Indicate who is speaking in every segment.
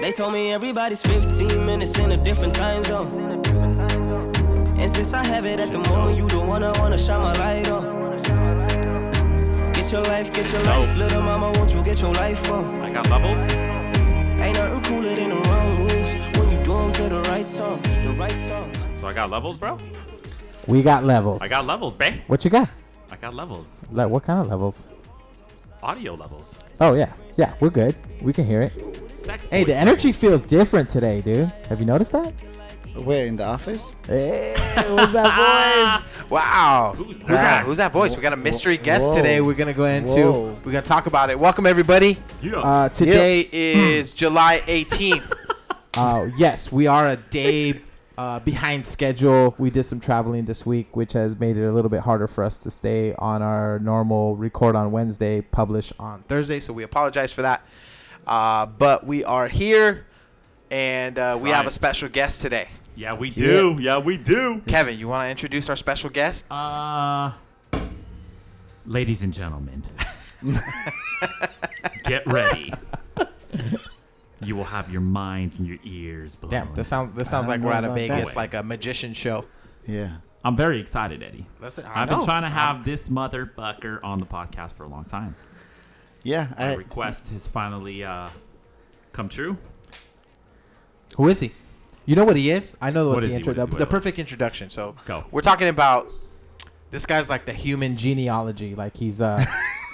Speaker 1: They told me everybody's 15 minutes in a different time zone. And since I have it at the moment, you the one I wanna shine my light on. Get your life, get your life, little mama, won't you get your life on?
Speaker 2: I got bubbles.
Speaker 1: Ain't nothing cooler than the wrong moves when you do 'em to the right song, the right song.
Speaker 2: So I got levels, bro.
Speaker 3: We got levels.
Speaker 2: I got levels, bro.
Speaker 3: What you got?
Speaker 2: I got levels.
Speaker 3: Like what kind of levels?
Speaker 2: Audio levels.
Speaker 3: Oh yeah, yeah, we're good. We can hear it.
Speaker 2: Sex.
Speaker 3: Hey, the
Speaker 2: voice
Speaker 3: energy feels different today, dude. Have you noticed that?
Speaker 4: Where in the office?
Speaker 3: Hey, what's that voice?
Speaker 5: Wow.
Speaker 2: Who's
Speaker 5: Who's that?
Speaker 2: that?
Speaker 5: Who's that voice? We got a mystery guest
Speaker 4: whoa,
Speaker 5: today. We're gonna go into.
Speaker 4: whoa.
Speaker 5: We're gonna talk about it. Welcome everybody.
Speaker 2: Yeah.
Speaker 3: Uh, today,
Speaker 5: Today is July 18th.
Speaker 3: uh,
Speaker 5: Hmm. yes, we are a day.
Speaker 3: uh, behind schedule. We did some traveling this week, which has made it a little bit harder for us to stay on our normal record on Wednesday, publish on.
Speaker 5: Thursday, so we apologize for that. Uh, but we are here, and uh, we have a
Speaker 2: Right.
Speaker 5: special guest today.
Speaker 2: yeah, we do. Yeah, we do.
Speaker 5: Kevin, you want to introduce our special guest?
Speaker 2: Uh, ladies and gentlemen, get ready. You will have your minds and your ears blown.
Speaker 5: Damn, that sounds that sounds
Speaker 4: I
Speaker 5: like
Speaker 4: don't
Speaker 5: we're
Speaker 4: know
Speaker 5: out of
Speaker 4: about that.
Speaker 5: Vegas, like a magician show.
Speaker 4: Yeah.
Speaker 2: I'm very excited, Eddie.
Speaker 5: That's it. I
Speaker 2: I've been
Speaker 5: know.
Speaker 2: trying to have this motherfucker on the podcast for a long time.
Speaker 4: Yeah.
Speaker 3: Uh,
Speaker 2: My
Speaker 4: I,
Speaker 2: request has finally uh, come true.
Speaker 5: Who is he?
Speaker 3: You know what he is? I know what,
Speaker 2: What
Speaker 3: the
Speaker 2: is he?
Speaker 3: intro.
Speaker 2: What is he?
Speaker 3: The,
Speaker 5: The perfect introduction. So
Speaker 2: Go.
Speaker 5: We're talking about this guy's like the human.
Speaker 3: human genealogy, like he's uh,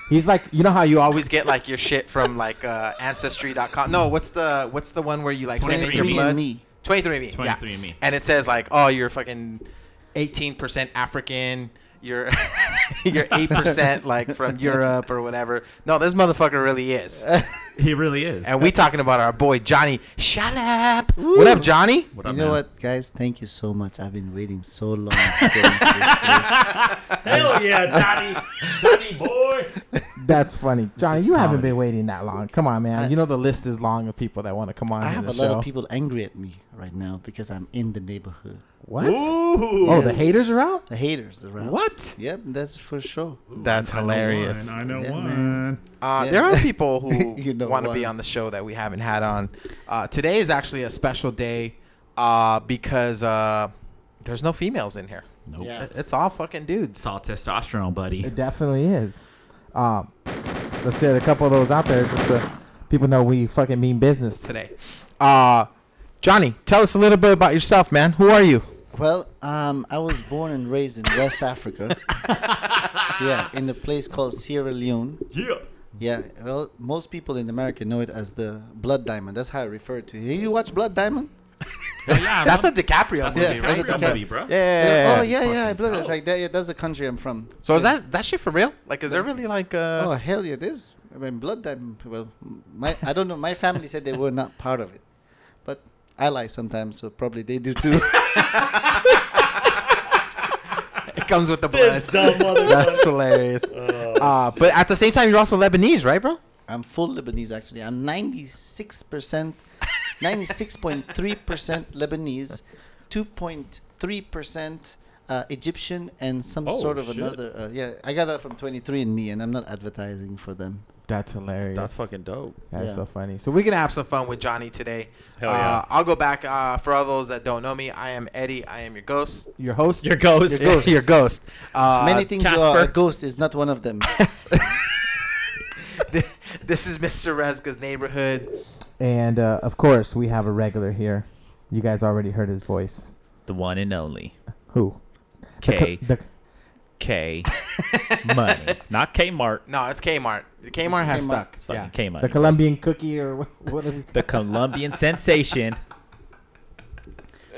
Speaker 3: he's like you know how you always.
Speaker 5: Always get like your shit from like uh, ancestry.com. No, what's the what's the one where you like send in your
Speaker 2: 23andMe.
Speaker 5: blood?
Speaker 4: Me.
Speaker 5: 23andMe. yeah.
Speaker 2: 23andMe.
Speaker 5: And it says like, oh, you're fucking 18% African. You're you're eight percent like from Europe or whatever. No, this motherfucker really is.
Speaker 2: He really is.
Speaker 5: And we talking about our boy Johnny Shalap. What up, Johnny?
Speaker 2: What
Speaker 4: You
Speaker 2: up,
Speaker 4: know
Speaker 2: man?
Speaker 4: what, guys? Thank you so much. I've been waiting so long. To get into this place.
Speaker 2: Hell yeah, Johnny, Johnny boy.
Speaker 3: That's funny, Johnny. You haven't been waiting that long. Come on, man. You know the list is long of people that want to come on.
Speaker 4: I
Speaker 3: to
Speaker 4: have
Speaker 3: the
Speaker 4: a lot
Speaker 3: show.
Speaker 4: of people angry at me right now because I'm in the neighborhood.
Speaker 3: What?
Speaker 2: Ooh,
Speaker 3: Oh, the haters are out.
Speaker 4: The haters around.
Speaker 3: What?
Speaker 4: Yep, that's for sure.
Speaker 5: That's hilarious.
Speaker 2: I know
Speaker 4: Yeah,
Speaker 2: one.
Speaker 4: man.
Speaker 5: Uh,
Speaker 4: Yeah.
Speaker 5: There are people who
Speaker 4: You know
Speaker 5: want to be
Speaker 4: why.
Speaker 5: on the show that we haven't had on. Uh, today is actually a special day uh, because uh, there's no females in here.
Speaker 2: Nope.
Speaker 4: Yeah.
Speaker 5: It- It's all fucking dudes.
Speaker 2: It's all testosterone, buddy.
Speaker 3: It definitely is. Um, let's get a couple of those out there just so people know we fucking mean business.
Speaker 5: today. Uh, Johnny, tell us a little bit about yourself, man. Who are you?
Speaker 4: Well, um, I was born and raised in West Africa. yeah, in a place called Sierra Leone.
Speaker 2: Yeah.
Speaker 4: Yeah, well, most people in America know it as the Blood Diamond. That's how I refer to it. You watch Blood Diamond?
Speaker 2: yeah
Speaker 5: That's a DiCaprio
Speaker 2: that's
Speaker 5: movie,
Speaker 2: a
Speaker 5: right?
Speaker 4: that's a
Speaker 2: DiCaprio
Speaker 4: DiCaprio.
Speaker 2: movie, bro.
Speaker 4: Oh yeah, yeah, Blood. Like that, yeah, that's the country I'm from.
Speaker 5: So is that that shit for real? Like, is there really like
Speaker 4: Oh
Speaker 5: uh?
Speaker 4: hell yeah, it is. I mean, Blood Diamond. Well, my I don't know. My family said they were not part of it, but I lie sometimes, so probably they do too.
Speaker 5: It comes with the blood.
Speaker 3: That's hilarious.
Speaker 2: Oh.
Speaker 5: Uh, but at the same time, you're also Lebanese, right, bro?
Speaker 4: I'm full Lebanese actually. I'm 96 percent, 96.3 percent Lebanese, 2.3 percent uh, Egyptian, and some
Speaker 2: Oh,
Speaker 4: sort of
Speaker 2: shit.
Speaker 4: another. Uh, yeah, I got that from 23andMe, and I'm not advertising for them.
Speaker 3: That's hilarious.
Speaker 2: dope.
Speaker 3: That's
Speaker 4: yeah.
Speaker 3: so funny. So
Speaker 5: So we're gonna have some fun with Johnny today.
Speaker 2: Hell
Speaker 5: uh,
Speaker 2: yeah.
Speaker 5: I'll go back uh, for all those that don't know me. I am Eddie. I am your ghost.
Speaker 3: your host,
Speaker 2: Your ghost.
Speaker 5: Your ghost. Uh,
Speaker 4: Many things are. A ghost is not one of them.
Speaker 5: this is Mr. Rezka's neighborhood.
Speaker 3: and uh, of course we have a regular here. You guys already heard his voice.
Speaker 6: the one and only
Speaker 3: Who? The co-
Speaker 6: K
Speaker 3: the-
Speaker 6: K Money, not Kmart.
Speaker 5: No, it's Kmart. Kmart has
Speaker 4: Kmart.
Speaker 5: stuck.
Speaker 6: It's fucking
Speaker 3: Yeah.
Speaker 6: K Money.
Speaker 3: the Colombian cookie or what? what are we
Speaker 6: The Colombian sensation.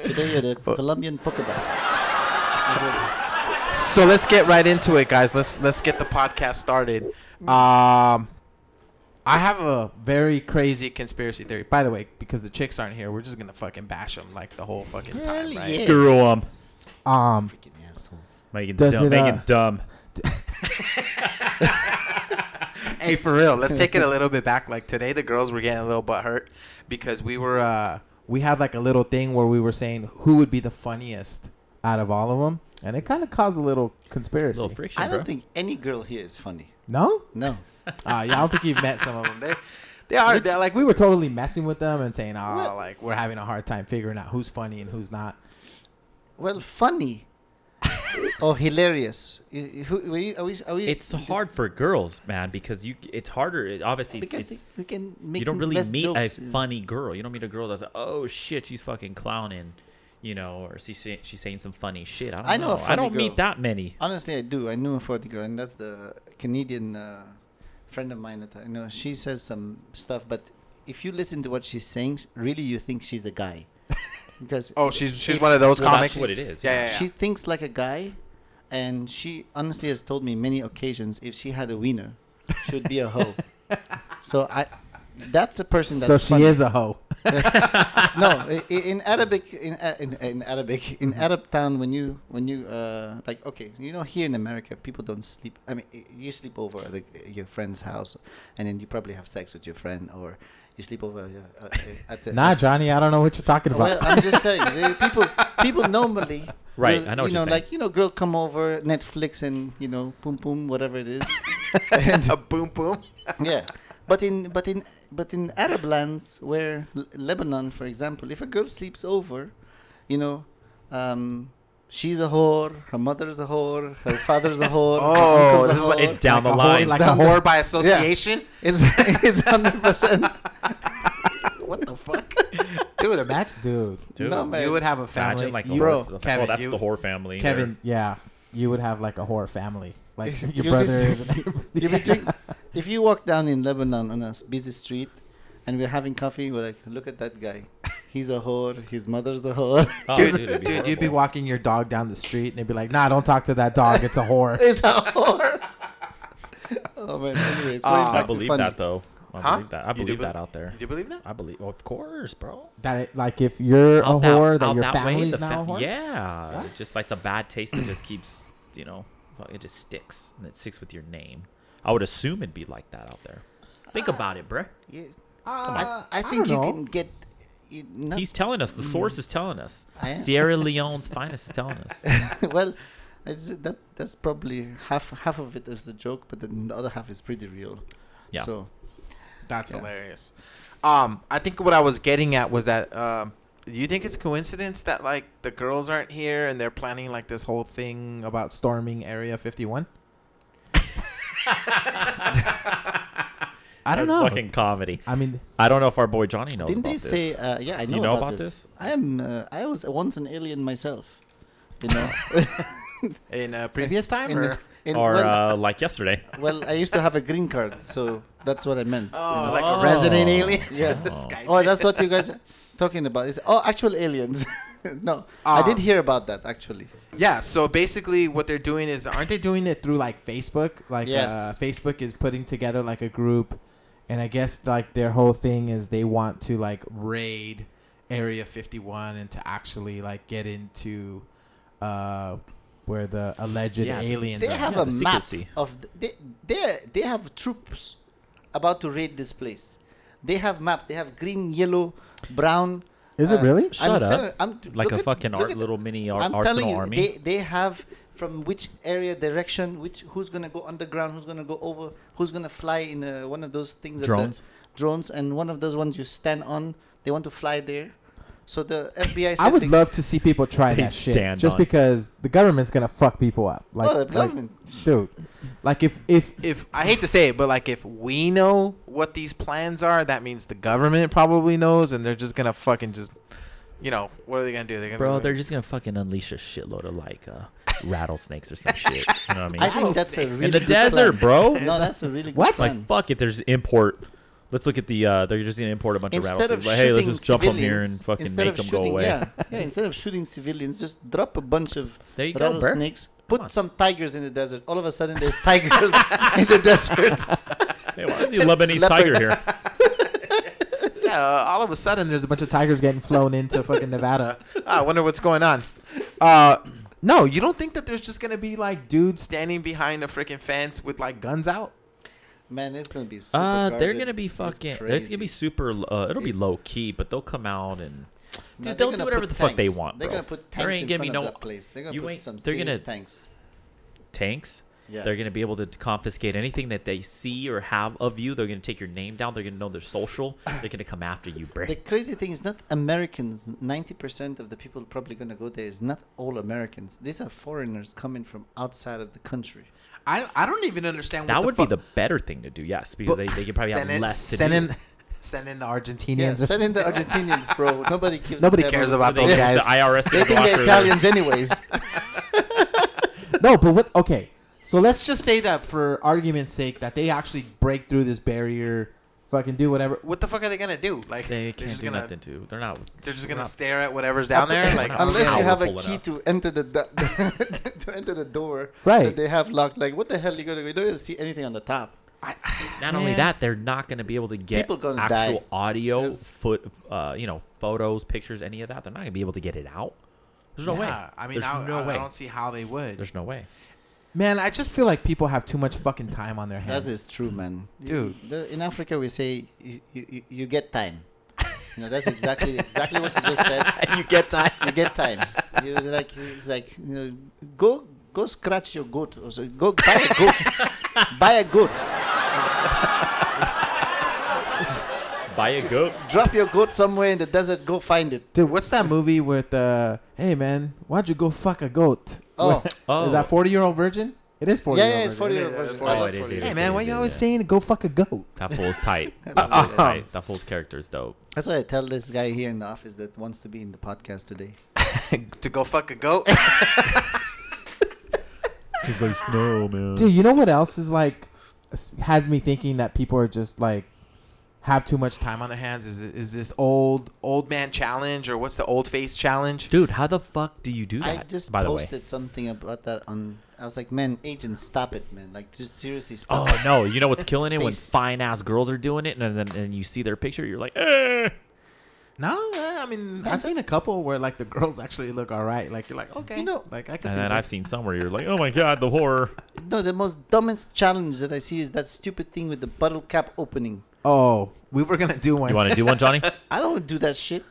Speaker 4: Today you're the Colombian polka dots. That's what it is.
Speaker 5: So let's get right into it, guys. Let's let's get the podcast started. Um, I have a very crazy conspiracy theory. By the way, because the chicks aren't here, we're just gonna fucking bash them like the whole fucking time, right?
Speaker 4: yeah.
Speaker 6: Screw them.
Speaker 3: um,
Speaker 4: Freaking assholes.
Speaker 6: Megan's
Speaker 3: Does
Speaker 6: dumb.
Speaker 3: it, uh,
Speaker 6: Megan's dumb.
Speaker 5: Hey, for real, let's take it a little bit back. Like today, the girls were getting a little butt hurt because we were uh we had like a little thing where we were saying who would be the funniest
Speaker 3: out of all of them, and it kind of caused a little conspiracy.
Speaker 6: little friction,
Speaker 4: I
Speaker 6: bro.
Speaker 4: don't think any girl here is funny.
Speaker 3: no, Ah,
Speaker 4: No.
Speaker 5: Uh, yeah, I don't think you've met some of them. They're They are.
Speaker 3: It's-
Speaker 5: They're
Speaker 3: like
Speaker 5: like
Speaker 3: we were totally messing with them and saying, "Oh,
Speaker 4: What?
Speaker 3: like we're having a hard time figuring out who's funny and who's not."
Speaker 4: Well, funny. or hilarious. I- Who, are, you, are, we, are we?
Speaker 6: It's
Speaker 4: this-
Speaker 6: hard for girls, man, because you it's harder. It, obviously, it's,
Speaker 4: because
Speaker 6: it's,
Speaker 4: we can make
Speaker 6: you don't really
Speaker 4: less
Speaker 6: meet
Speaker 4: jokes.
Speaker 6: a funny girl. You don't meet a girl that's like, oh shit, she's fucking clowning, you know, or she's say- she's saying some funny shit. I don't
Speaker 4: I know
Speaker 6: know.
Speaker 4: a
Speaker 6: I
Speaker 4: funny
Speaker 6: don't
Speaker 4: girl.
Speaker 6: meet that many.
Speaker 4: Honestly, I do. I knew a 40 girl, and that's the Canadian uh, friend of mine that I know. She says some stuff, but if you listen to what she's saying, really you think she's a guy. Because
Speaker 5: oh, she's she's
Speaker 4: if-
Speaker 5: one of those
Speaker 6: Well, that's
Speaker 5: comics.
Speaker 6: what it is,
Speaker 5: Yeah, yeah, yeah.
Speaker 4: she thinks like a guy, and she honestly has told me many occasions if she had a wiener, she would be a hoe. so I, that's a person that's
Speaker 3: So she
Speaker 4: funny.
Speaker 3: is a hoe.
Speaker 4: no i- i- in Arabic in, A- in uh, in Arabic
Speaker 3: Mm-hmm.
Speaker 4: in Arab town when you when you uh like okay you know here in America people don't sleep I mean i- you sleep over at like your friend's house and then you probably have sex with your friend or you sleep over uh, uh, at the
Speaker 3: Nah, Johnny, I don't know what you're talking about.
Speaker 4: well, I'm just saying, uh, people people normally
Speaker 6: Right,
Speaker 4: will,
Speaker 6: I know what
Speaker 4: you
Speaker 6: you're
Speaker 4: know,
Speaker 6: saying.
Speaker 4: like you know, girl come over Netflix and you know, boom boom, whatever it is,
Speaker 5: a boom boom.
Speaker 4: yeah. But in but in but in Arab lands, where L- Lebanon, for example, if a girl sleeps over, you know, um, she's a whore, her mother's a whore, her father's a whore, her
Speaker 5: Oh,
Speaker 4: uncle's a
Speaker 5: this is like-
Speaker 4: whore.
Speaker 6: It's down the
Speaker 5: a
Speaker 6: line.
Speaker 5: whore, like a whore by association.
Speaker 4: it's it's hundred percent. What the fuck?
Speaker 5: Dude, imagine
Speaker 3: Dude,
Speaker 6: Dude,
Speaker 4: No, man.
Speaker 5: you would have a family.
Speaker 6: imagine like a
Speaker 4: you-
Speaker 6: whore,
Speaker 4: Bro,
Speaker 6: like,
Speaker 5: Kevin,
Speaker 6: oh, that's
Speaker 5: you-
Speaker 6: the whore family.
Speaker 3: Kevin, yeah, you would have like a horror family, like your
Speaker 4: You-
Speaker 3: brothers. And everybody.
Speaker 4: You between, if you walk down in Lebanon on a s- busy street and we're having coffee, we're like, look at that guy. He's a whore. His mother's a whore.
Speaker 6: Oh,
Speaker 5: Dude,
Speaker 6: dude, it'd be
Speaker 5: dude,
Speaker 3: You'd be
Speaker 6: horrible.
Speaker 3: walking your dog down the street and they'd be like, "Nah, don't talk to that dog. It's a whore."
Speaker 4: He's a whore. oh, man. Anyways, going
Speaker 5: Ah.
Speaker 4: back
Speaker 6: I believe
Speaker 4: to funny.
Speaker 6: that though. I
Speaker 5: Huh?
Speaker 6: believe that. I
Speaker 5: You do
Speaker 6: believe
Speaker 5: be-
Speaker 6: that out there.
Speaker 5: Do you believe that?
Speaker 6: I believe, of course, bro.
Speaker 3: That it, like if you're
Speaker 6: Out
Speaker 3: a
Speaker 6: that-
Speaker 3: whore, that,
Speaker 6: out
Speaker 3: your
Speaker 6: that way, the
Speaker 3: family's
Speaker 6: fa-
Speaker 3: now a whore.
Speaker 6: Yeah, It's just like the bad taste that just keeps, you know, well, it just sticks and it sticks with your name. I would assume it'd be like that out there. Think about it, bruh.
Speaker 4: Yeah.
Speaker 6: Ah,
Speaker 3: Uh,
Speaker 4: I, I
Speaker 3: don't
Speaker 4: think you
Speaker 3: know.
Speaker 4: can get. You, not,
Speaker 6: He's telling us. The source is telling us.
Speaker 4: Uh, mm. I am.
Speaker 6: Sierra Leone's finest is telling us.
Speaker 4: well, it's, that that's probably half half of it is a joke, but then the other half is pretty real.
Speaker 6: Yeah.
Speaker 4: So
Speaker 5: That's
Speaker 4: Yeah.
Speaker 5: hilarious. Um, I think what I was getting at was that um, do you think it's coincidence that like the girls aren't here and they're planning like this whole thing about storming Area 51?
Speaker 3: I don't
Speaker 6: That's
Speaker 3: know.
Speaker 6: Fucking comedy.
Speaker 3: I mean,
Speaker 6: I don't know if our boy Johnny knows.
Speaker 4: didn't
Speaker 6: about
Speaker 4: they
Speaker 6: this.
Speaker 4: say? Uh, yeah, I know,
Speaker 6: Do you know about this?
Speaker 4: I am. Uh, I was once an alien myself. You know.
Speaker 5: In uh, previous time,
Speaker 4: In-
Speaker 5: or
Speaker 4: in-
Speaker 6: or
Speaker 4: well,
Speaker 6: uh, like yesterday?
Speaker 4: well, I used to have a green card, so that's what I meant.
Speaker 5: oh,
Speaker 4: you know.
Speaker 5: like
Speaker 6: Oh.
Speaker 5: a resident alien.
Speaker 4: Yeah.
Speaker 5: This guy
Speaker 4: Oh,
Speaker 5: did.
Speaker 4: that's what you guys are talking about. Is oh, actual aliens? no, I
Speaker 5: Ah.
Speaker 4: did hear about that actually.
Speaker 5: yeah. So basically, what they're doing is aren't
Speaker 3: aren't they doing it through like Facebook? Like
Speaker 4: Yes.
Speaker 3: uh, Facebook is putting together like a group, and I guess like their whole thing is they want to like raid Area 51 and to actually like get into uh where the alleged
Speaker 6: Yeah, this-
Speaker 3: aliens
Speaker 4: They
Speaker 3: are.
Speaker 4: have
Speaker 6: Yeah,
Speaker 4: a
Speaker 6: the
Speaker 4: map
Speaker 6: secrecy.
Speaker 4: of th- they they they have troops about to raid this place. They have map. They have green, yellow, brown.
Speaker 3: Is it
Speaker 4: uh,
Speaker 3: really?
Speaker 6: Shut up.
Speaker 4: sorry, I'm-
Speaker 6: Like
Speaker 4: look
Speaker 6: a
Speaker 4: at-
Speaker 6: fucking
Speaker 4: look
Speaker 6: art,
Speaker 4: at-
Speaker 6: little mini ar-
Speaker 4: I'm telling
Speaker 6: arsenal
Speaker 4: you,
Speaker 6: army.
Speaker 4: they they have from which area direction, which who's gonna go underground, who's gonna go over, who's gonna fly in uh, one of those things. that the-
Speaker 6: Drones.
Speaker 4: drones, and one of those ones you stand on. They want to fly there, so the FBI.
Speaker 3: I
Speaker 4: said
Speaker 3: would
Speaker 4: they-
Speaker 3: love to see people try
Speaker 6: They
Speaker 3: that shit
Speaker 6: stand
Speaker 3: just
Speaker 6: on-
Speaker 3: because the government's gonna fuck people up. Like,
Speaker 4: Oh, the
Speaker 3: like,
Speaker 4: government.
Speaker 3: dude, like if if
Speaker 5: if I hate to say it, but like if we know what these plans are, that means the government probably knows, and they're just gonna fucking just, you know, what are they gonna do? They're gonna
Speaker 6: Bro, they're just gonna fucking unleash a shitload of like uh, rattlesnakes or some shit. You know what I mean?
Speaker 4: I think that's a really
Speaker 6: in the
Speaker 4: good
Speaker 6: desert,
Speaker 4: plan.
Speaker 6: bro.
Speaker 4: No, that's a really good
Speaker 3: What?
Speaker 4: plan.
Speaker 6: Like fuck it, there's import. Let's look at the. uh They're just gonna import a bunch
Speaker 4: instead
Speaker 6: of rattlesnakes.
Speaker 4: of
Speaker 6: Like, hey, let's
Speaker 4: shooting
Speaker 6: just jump them here
Speaker 4: civilians-
Speaker 6: and fucking
Speaker 4: instead
Speaker 6: make
Speaker 4: of
Speaker 6: them
Speaker 4: shooting,
Speaker 6: go away.
Speaker 4: Yeah, yeah, instead of shooting civilians, just drop a bunch of
Speaker 6: There you go, bruh.
Speaker 4: rattlesnakes.
Speaker 6: on.
Speaker 4: Put some tigers in the desert. All of a sudden, there's tigers in the desert.
Speaker 6: Hey, why is the Lebanese tiger here?
Speaker 5: yeah. uh, all of a sudden, there's a bunch
Speaker 3: bunch of tigers getting flown into fucking Nevada.
Speaker 5: I wonder what's going on. Uh, no, you don't think that there's just gonna be like dudes standing behind a freaking fence with like guns out?
Speaker 4: Man, it's gonna be super.
Speaker 6: Uh, they're
Speaker 4: guarded.
Speaker 6: gonna be
Speaker 4: It's
Speaker 6: fucking. It's
Speaker 4: crazy.
Speaker 6: gonna be super. Uh, it'll be
Speaker 4: It's-
Speaker 6: low key, but they'll come out and
Speaker 4: No,
Speaker 6: dude,
Speaker 4: they're
Speaker 6: they'll
Speaker 4: gonna
Speaker 6: do whatever
Speaker 4: put
Speaker 6: the fuck they
Speaker 4: tanks.
Speaker 6: want,
Speaker 4: They're
Speaker 6: bro.
Speaker 4: gonna put
Speaker 6: There
Speaker 4: tanks
Speaker 6: ain't
Speaker 4: in
Speaker 6: gonna be
Speaker 4: front of
Speaker 6: no-
Speaker 4: that place. They're gonna
Speaker 6: you
Speaker 4: put
Speaker 6: ain't-
Speaker 4: some
Speaker 6: they're
Speaker 4: serious
Speaker 6: gonna-
Speaker 4: tanks.
Speaker 6: tanks.
Speaker 4: Yeah.
Speaker 6: They're going to be able to confiscate anything that they see or have of you. They're going to take your name down. They're going to know their social. They're going to come after you, bro.
Speaker 4: The crazy thing is not Americans. Ninety percent of the people probably gonna go there is not all Americans. These are foreigners coming from outside of the country.
Speaker 5: I, I don't even understand.
Speaker 6: that
Speaker 5: what
Speaker 6: would
Speaker 5: the
Speaker 6: be the better thing to do, yes, because they, they can probably have
Speaker 5: send in-
Speaker 6: less to
Speaker 5: send
Speaker 6: do.
Speaker 5: In, send in the Argentinians.
Speaker 4: Yeah, send in the Argentinians, bro. Nobody gives. a
Speaker 5: Nobody
Speaker 4: damn
Speaker 5: cares
Speaker 6: They
Speaker 5: about
Speaker 6: think
Speaker 5: those
Speaker 6: it's
Speaker 5: guys.
Speaker 6: The IRS gonna
Speaker 4: They
Speaker 6: go
Speaker 4: think they're
Speaker 6: after-
Speaker 4: Italians, anyways.
Speaker 3: No, but what? Okay, so let's just say that for argument's sake, that they actually break through this barrier, fucking do whatever.
Speaker 5: what the fuck are they gonna do? Like
Speaker 6: They
Speaker 5: they're
Speaker 6: can't
Speaker 5: just
Speaker 6: do
Speaker 5: gonna,
Speaker 6: nothing to. They're not.
Speaker 5: They're just gonna stare at whatever's down there. Like
Speaker 6: not-
Speaker 4: Unless you have a
Speaker 6: Powerful
Speaker 4: key
Speaker 6: enough.
Speaker 4: to enter the, do- to enter the door
Speaker 3: Right.
Speaker 4: that they have locked. Like, what the hell you gonna go? You don't even see anything on the top.
Speaker 6: Not only
Speaker 3: Man.
Speaker 6: that, they're not going to be able to get
Speaker 4: People
Speaker 6: actual
Speaker 4: gonna die.
Speaker 6: audio,
Speaker 4: Yes.
Speaker 6: foot, uh, you know, photos, pictures, any of that. They're not going to be able to get it out. There's no way.
Speaker 5: Yeah, I mean,
Speaker 6: There's
Speaker 5: I,
Speaker 6: no
Speaker 5: I,
Speaker 6: way.
Speaker 5: I don't see how they would.
Speaker 6: There's no way.
Speaker 3: Man, I just feel like people have too much fucking time on their hands.
Speaker 4: That is true, man. You-
Speaker 5: Dude.
Speaker 4: the- in Africa, we say you, you, you- you get time. You know, that's exactly exactly what you just said. you get time. You get time. You know, like it's like you know, go go scratch your goat. Or so go buy a goat. buy a goat.
Speaker 6: Buy a goat.
Speaker 4: Drop your goat somewhere in the desert. Go find it.
Speaker 3: Dude, what's that movie with uh hey man, why don't you go fuck a goat?
Speaker 4: Oh.
Speaker 6: Oh.
Speaker 3: Is that forty year old virgin? It is forty
Speaker 4: Yeah,
Speaker 3: year
Speaker 4: yeah,
Speaker 3: old
Speaker 4: it's forty.
Speaker 5: Yeah, yeah,
Speaker 4: years old.
Speaker 5: yeah.
Speaker 4: I
Speaker 6: Oh,
Speaker 4: love
Speaker 6: it is,
Speaker 4: 40
Speaker 6: it
Speaker 4: years
Speaker 3: Hey
Speaker 4: old.
Speaker 3: man, why
Speaker 6: it
Speaker 3: you
Speaker 6: is,
Speaker 3: always
Speaker 6: yeah.
Speaker 3: saying go fuck a goat?
Speaker 6: That fool's tight.
Speaker 4: I
Speaker 6: That
Speaker 4: love
Speaker 6: fool's
Speaker 4: it.
Speaker 6: tight. That fool's character is dope.
Speaker 4: That's what I tell this guy here in the office that wants to be in the podcast today.
Speaker 5: to go fuck a goat.
Speaker 2: He's like, no, man.
Speaker 3: Dude, you know what else is like s- has me thinking that people are just like
Speaker 5: have too much time on their hands. Is it- is this old old man challenge or what's the old face challenge?
Speaker 6: Dude, how the fuck do you do
Speaker 4: I
Speaker 6: that?
Speaker 4: just
Speaker 6: by the way.
Speaker 4: posted something about that on. I was like, man, agents, stop it, man. Like, just seriously, stop.
Speaker 6: Oh no! You know what's killing it when
Speaker 4: Face.
Speaker 6: fine ass girls are doing it, and then and you see their picture, you're like, eh.
Speaker 5: No, eh, I mean
Speaker 3: I've seen a couple where like the girls actually look alright. Like you're like, okay.
Speaker 4: You know-
Speaker 3: like I can
Speaker 6: And
Speaker 3: see
Speaker 6: then
Speaker 3: this.
Speaker 6: I've seen somewhere you're like, oh my god, the horror.
Speaker 4: No, the most dumbest challenge that I see is that stupid thing with the bottle cap opening.
Speaker 3: Oh,
Speaker 5: we were gonna do one.
Speaker 6: You want to do one, Johnny?
Speaker 4: I don't do that shit.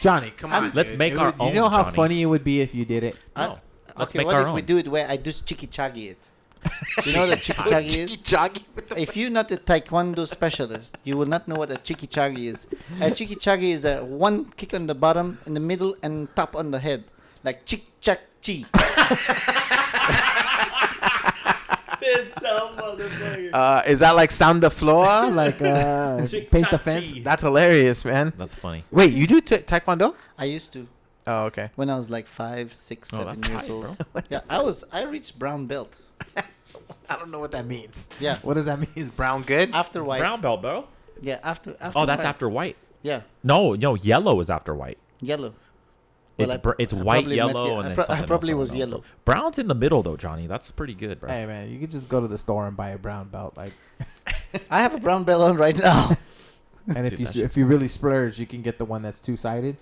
Speaker 3: Johnny,
Speaker 5: Come on,
Speaker 6: Let's
Speaker 5: dude.
Speaker 6: make
Speaker 5: It
Speaker 6: our
Speaker 5: would-
Speaker 3: you
Speaker 6: own.
Speaker 3: know how
Speaker 6: Johnny.
Speaker 3: funny it would be if you did it?
Speaker 4: I-
Speaker 6: No. Let's
Speaker 4: okay,
Speaker 6: make
Speaker 4: what
Speaker 6: our
Speaker 4: if we
Speaker 6: own.
Speaker 4: do it where I do chicky chaggy it? You know what a chicky chaggy
Speaker 5: Jiggy
Speaker 4: is?
Speaker 5: joggy with the
Speaker 4: If you're not a taekwondo specialist, you will not know what a chicky chaggy is. A chicky chaggy is a one kick on the bottom, in the middle, and top on the head, like chick chak chi.
Speaker 5: Uh, is that like sound the floor? like
Speaker 3: Uh, paint
Speaker 4: E.
Speaker 3: the fence.
Speaker 5: that's hilarious, man.
Speaker 6: That's funny.
Speaker 5: Wait, you do ta taekwondo?
Speaker 4: I used to
Speaker 5: Oh, okay.
Speaker 4: when I was like five, six,
Speaker 6: Oh,
Speaker 4: seven
Speaker 6: that's
Speaker 4: years
Speaker 6: tight,
Speaker 4: old. Yeah, I was. I reached brown belt.
Speaker 5: I don't know what that means.
Speaker 4: Yeah,
Speaker 3: What does that mean?
Speaker 5: Is brown good?
Speaker 4: after white.
Speaker 6: Brown belt, bro.
Speaker 4: Yeah, after after.
Speaker 6: Oh, that's
Speaker 4: white.
Speaker 6: after white.
Speaker 4: Yeah,
Speaker 6: No, no, yellow is after white.
Speaker 4: yellow. Well,
Speaker 6: It's
Speaker 4: I-
Speaker 6: br- it's
Speaker 4: I
Speaker 6: white,
Speaker 4: probably met
Speaker 6: yellow,
Speaker 4: ye- I
Speaker 6: and then
Speaker 4: pro- I
Speaker 6: something else,
Speaker 4: probably
Speaker 6: something
Speaker 4: was
Speaker 6: else.
Speaker 4: yellow.
Speaker 6: Brown's in the middle though, Johnny. That's pretty good, bro.
Speaker 3: Hey man, you could just go to the store and buy a brown belt. Like
Speaker 4: I have a brown belt on right now.
Speaker 3: And if
Speaker 6: Dude,
Speaker 3: you
Speaker 6: that
Speaker 3: you if you really splurge, you can get the one that's two sided,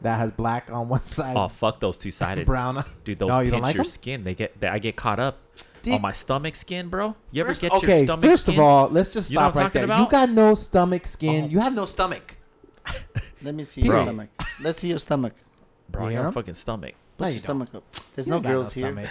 Speaker 3: that has black on one side,
Speaker 6: Oh fuck those two sided.
Speaker 3: brown. on-
Speaker 6: Dude, those
Speaker 3: No, you
Speaker 6: pinch
Speaker 3: don't like
Speaker 6: your
Speaker 3: 'em?
Speaker 6: skin. They get. They, I get caught up
Speaker 3: Dude.
Speaker 6: on my stomach skin, bro. You
Speaker 5: First-
Speaker 6: ever get your
Speaker 3: Okay,
Speaker 6: stomach
Speaker 3: first
Speaker 6: skin?
Speaker 3: of all, let's just
Speaker 6: You know
Speaker 3: stop
Speaker 6: what I'm
Speaker 3: right there.
Speaker 6: talking
Speaker 3: You
Speaker 6: about?
Speaker 3: got no stomach skin. you have no.
Speaker 5: no stomach.
Speaker 4: Let me see your
Speaker 6: Bro.
Speaker 4: stomach. Let's see your stomach.
Speaker 6: bro, I got
Speaker 3: Yeah.
Speaker 6: a fucking stomach.
Speaker 4: Put
Speaker 3: No,
Speaker 4: your
Speaker 3: you don't.
Speaker 4: stomach up. There's
Speaker 3: you
Speaker 4: no
Speaker 3: got
Speaker 4: girls here.
Speaker 3: stomach.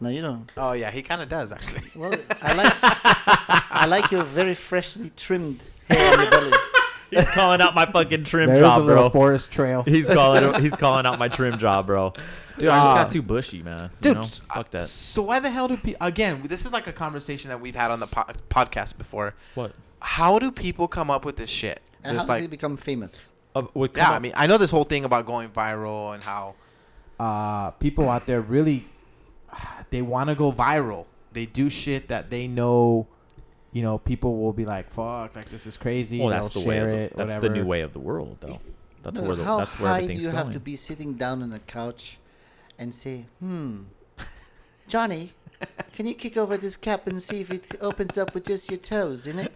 Speaker 4: No, you don't.
Speaker 5: Oh yeah, he kind of does actually.
Speaker 4: Well, I like I like your very freshly trimmed hair on your belly.
Speaker 6: He's calling out my fucking trim
Speaker 3: There's a
Speaker 6: job,
Speaker 3: little
Speaker 6: bro.
Speaker 3: forest trail.
Speaker 6: he's calling. He's calling out my trim job, bro. Dude, I just
Speaker 3: Ah.
Speaker 6: got too bushy, man. You
Speaker 5: Dude,
Speaker 6: know?
Speaker 5: s-
Speaker 6: fuck that.
Speaker 5: So why the hell do people? Again, this is like a conversation that we've had on the po- podcast before.
Speaker 6: What?
Speaker 5: How do people come up with this shit?
Speaker 4: And how
Speaker 5: Just
Speaker 4: does he
Speaker 5: like-
Speaker 4: become famous?
Speaker 6: Uh, what
Speaker 5: yeah, I mean, I know this whole thing about going viral and how
Speaker 3: Uh, people out there really, they want to go viral. They do shit that they know, you know, people will be like, "Fuck, like this is crazy."
Speaker 6: well,
Speaker 3: They'll
Speaker 6: "Oh, that's the way.
Speaker 3: share
Speaker 6: Of the,
Speaker 3: it.
Speaker 6: that's
Speaker 3: whatever.
Speaker 6: the new way of the world, though. That's
Speaker 4: No,
Speaker 6: where. The,
Speaker 4: how
Speaker 6: that's where
Speaker 4: high do
Speaker 6: everything's
Speaker 4: you
Speaker 6: going.
Speaker 4: have to be sitting down on the couch and say, "Hmm, Johnny, can you kick over this cap and see if it opens up with just your toes in it?"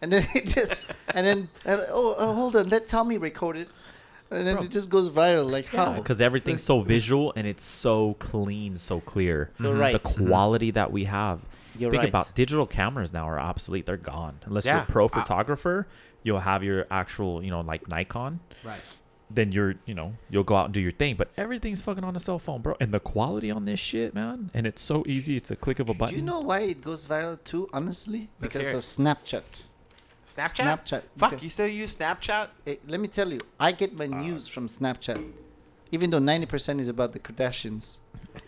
Speaker 4: And then it just, and then and, oh, oh, hold on, let Tommy record it, and then
Speaker 6: Bro.
Speaker 4: it just goes viral. Like how?
Speaker 6: because everything's so visual and it's so clean, so clear. Mm-hmm.
Speaker 4: You're right. Mm-hmm.
Speaker 6: The quality that we have.
Speaker 4: You're
Speaker 6: Think
Speaker 4: right.
Speaker 6: about digital cameras now are obsolete. They're gone. Unless you're
Speaker 5: Yeah.
Speaker 6: a pro
Speaker 5: I-
Speaker 6: photographer, you'll have your actual, you know, like Nikon.
Speaker 3: Right.
Speaker 6: then you're you know you'll go out and do your thing. But everything's fucking on a cell phone, bro. And the quality on this shit, man. And it's so easy. It's a click of a button.
Speaker 4: Do you know why it goes viral too? Honestly,
Speaker 5: Let's
Speaker 4: because
Speaker 5: hear
Speaker 4: of Snapchat.
Speaker 5: Snapchat?
Speaker 4: Snapchat.
Speaker 5: Fuck,
Speaker 4: Okay.
Speaker 5: you still use Snapchat?
Speaker 4: Eh, let me tell you, I get my
Speaker 6: Uh,
Speaker 4: news from Snapchat, even though ninety percent is about the Kardashians,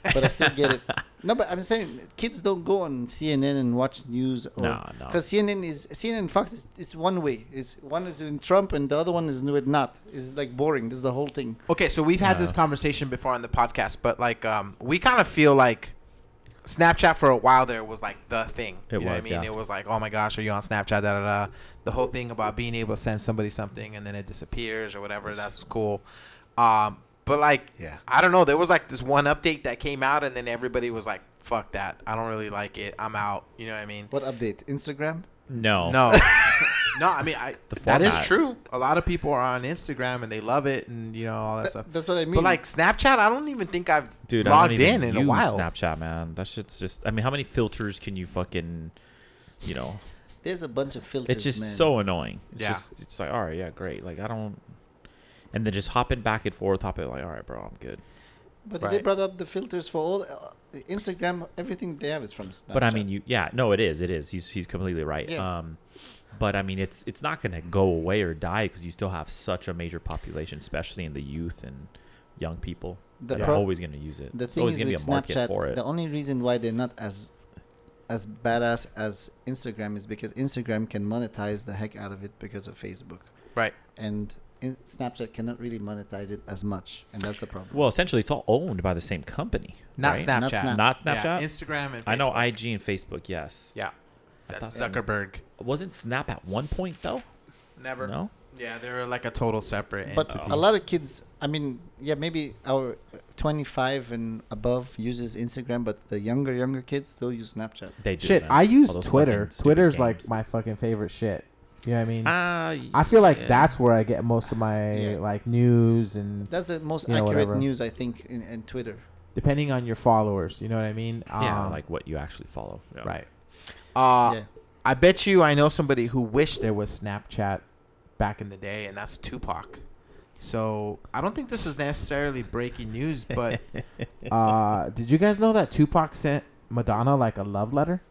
Speaker 4: but I still get it. No, but I'm saying kids don't go on CNN and watch news. Or,
Speaker 6: No, no.
Speaker 4: Because CNN is CNN and Fox is, is one way. Is one is in Trump and the other one is with not. It's like boring. This is the whole thing.
Speaker 5: Okay, so we've had this conversation before on the podcast, but like um, we kind of feel like Snapchat for a while there was like the thing.
Speaker 6: It
Speaker 5: you know what I
Speaker 6: was,
Speaker 5: mean?
Speaker 6: yeah.
Speaker 5: It was like, oh my gosh, are you on Snapchat? Da da da. The whole thing about being able to send somebody something and then it disappears or whatever. That's cool. Um, but like,
Speaker 4: Yeah.
Speaker 5: I don't know. There was like this one update that came out, and then everybody was like, "Fuck that! I don't really like it. I'm out." You know what I mean?
Speaker 4: What update? Instagram.
Speaker 6: No,
Speaker 5: No. no, I mean, I, that is
Speaker 6: format.
Speaker 5: true. A lot of people are on Instagram and they love it and, you know, all that
Speaker 4: Th-
Speaker 5: stuff.
Speaker 4: that's what I mean.
Speaker 5: But, like, Snapchat, I don't even think I've
Speaker 6: dude,
Speaker 5: logged
Speaker 6: I don't
Speaker 5: in
Speaker 6: even
Speaker 5: in
Speaker 6: use
Speaker 5: a while.
Speaker 6: Snapchat, man. That shit's just. I mean, how many filters can you fucking, you know?
Speaker 4: there's a bunch of filters.
Speaker 6: It's just
Speaker 4: man.
Speaker 6: so annoying. It's
Speaker 5: Yeah.
Speaker 6: just, it's like all right, yeah, great. Like I don't. And then just hopping back and forth, hopping like, all right, bro, I'm good.
Speaker 4: But they
Speaker 5: Right.
Speaker 4: brought up the filters for all uh, Instagram. Everything they have is from Snapchat.
Speaker 6: But I mean, you, yeah, no, it is, it is. He's he's completely right.
Speaker 4: Yeah.
Speaker 6: Um, but I mean, it's it's not gonna go away or die because you still have such a major population, especially in the youth and young people.
Speaker 4: The
Speaker 6: They're
Speaker 4: pro-
Speaker 6: always gonna use it.
Speaker 4: the
Speaker 6: There's
Speaker 4: thing
Speaker 6: always
Speaker 4: is
Speaker 6: gonna be
Speaker 4: with
Speaker 6: a market
Speaker 4: Snapchat,
Speaker 6: for it.
Speaker 4: the only reason why they're not as as badass as Instagram is because Instagram can monetize the heck out of it because of Facebook,
Speaker 5: Right.
Speaker 4: and in, Snapchat cannot really monetize it as much, and that's the problem.
Speaker 6: well, essentially, it's all owned by the same company.
Speaker 5: Not
Speaker 6: right?
Speaker 5: Snapchat.
Speaker 4: Not
Speaker 6: Not
Speaker 4: Snap.
Speaker 5: Yeah,
Speaker 6: Snapchat.
Speaker 5: Instagram and Facebook.
Speaker 6: I know IG and Facebook. Yes.
Speaker 5: Yeah.
Speaker 6: I
Speaker 5: That's
Speaker 6: thought so.
Speaker 5: Zuckerberg.
Speaker 6: Wasn't Snap at one point though?
Speaker 5: Never.
Speaker 6: No.
Speaker 5: Yeah, they're like a total separate
Speaker 4: but
Speaker 5: entity.
Speaker 4: a lot of kids, I mean, yeah, maybe our 25 and above uses Instagram, but the younger younger kids still use Snapchat.
Speaker 6: They do.
Speaker 3: Shit,
Speaker 6: man.
Speaker 3: I use
Speaker 6: All those
Speaker 3: Twitter.
Speaker 6: fucking stupid
Speaker 3: Twitter's
Speaker 6: games.
Speaker 3: like my fucking favorite shit. You know what I mean?
Speaker 6: Ah,
Speaker 3: I feel like
Speaker 6: yeah.
Speaker 3: that's where I get most of my
Speaker 4: Yeah.
Speaker 3: like news and
Speaker 4: That's the most
Speaker 3: Yeah,
Speaker 4: accurate
Speaker 3: whatever.
Speaker 4: news I think in, in Twitter.
Speaker 3: depending on your followers, you know what I mean?
Speaker 6: yeah,
Speaker 3: Um,
Speaker 6: like what you actually follow. Yeah.
Speaker 5: right. Uh,
Speaker 4: yeah.
Speaker 5: I bet you I know somebody who wished there was Snapchat back in the day, and that's Tupac. So I don't think this is necessarily breaking news, but
Speaker 3: uh, did you guys know that Tupac sent Madonna like a love letter?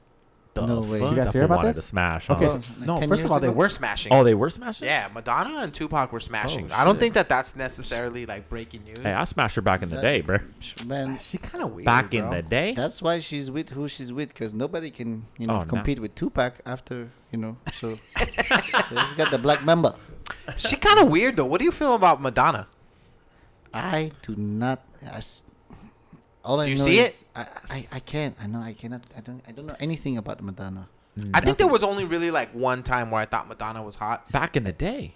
Speaker 6: The
Speaker 4: No way.
Speaker 6: fuck?
Speaker 4: You
Speaker 3: guys
Speaker 6: That
Speaker 3: hear
Speaker 6: fool
Speaker 3: about
Speaker 6: wanted to
Speaker 3: this?
Speaker 6: smash.
Speaker 3: Okay,
Speaker 6: huh?
Speaker 4: Oh,
Speaker 3: so,
Speaker 4: like
Speaker 3: no.
Speaker 4: 10
Speaker 3: First
Speaker 4: years
Speaker 3: of all, they
Speaker 4: ago?
Speaker 3: were
Speaker 5: we're smashing.
Speaker 6: oh, they were smashing.
Speaker 5: yeah, Madonna and Tupac were smashing.
Speaker 6: Oh,
Speaker 5: I don't
Speaker 6: shit.
Speaker 5: think that that's necessarily like breaking news.
Speaker 6: Hey, I smashed her back in the
Speaker 4: That-
Speaker 6: day, bro.
Speaker 4: Man,
Speaker 5: she kind of weird.
Speaker 6: Back in
Speaker 5: bro.
Speaker 6: the day.
Speaker 4: That's why she's with who she's with, because nobody can, you know,
Speaker 6: Oh, no.
Speaker 4: compete with Tupac after, you know. So he's got the black member.
Speaker 5: she kind of weird though. What do you feel about Madonna?
Speaker 4: I do not. I s all I
Speaker 5: Do you
Speaker 4: know
Speaker 5: see it?
Speaker 4: is I, I, I can't. I know I cannot. I don't. I don't know anything about Madonna.
Speaker 5: I think there was only really like one time where I thought Madonna was hot.
Speaker 6: Back in the day,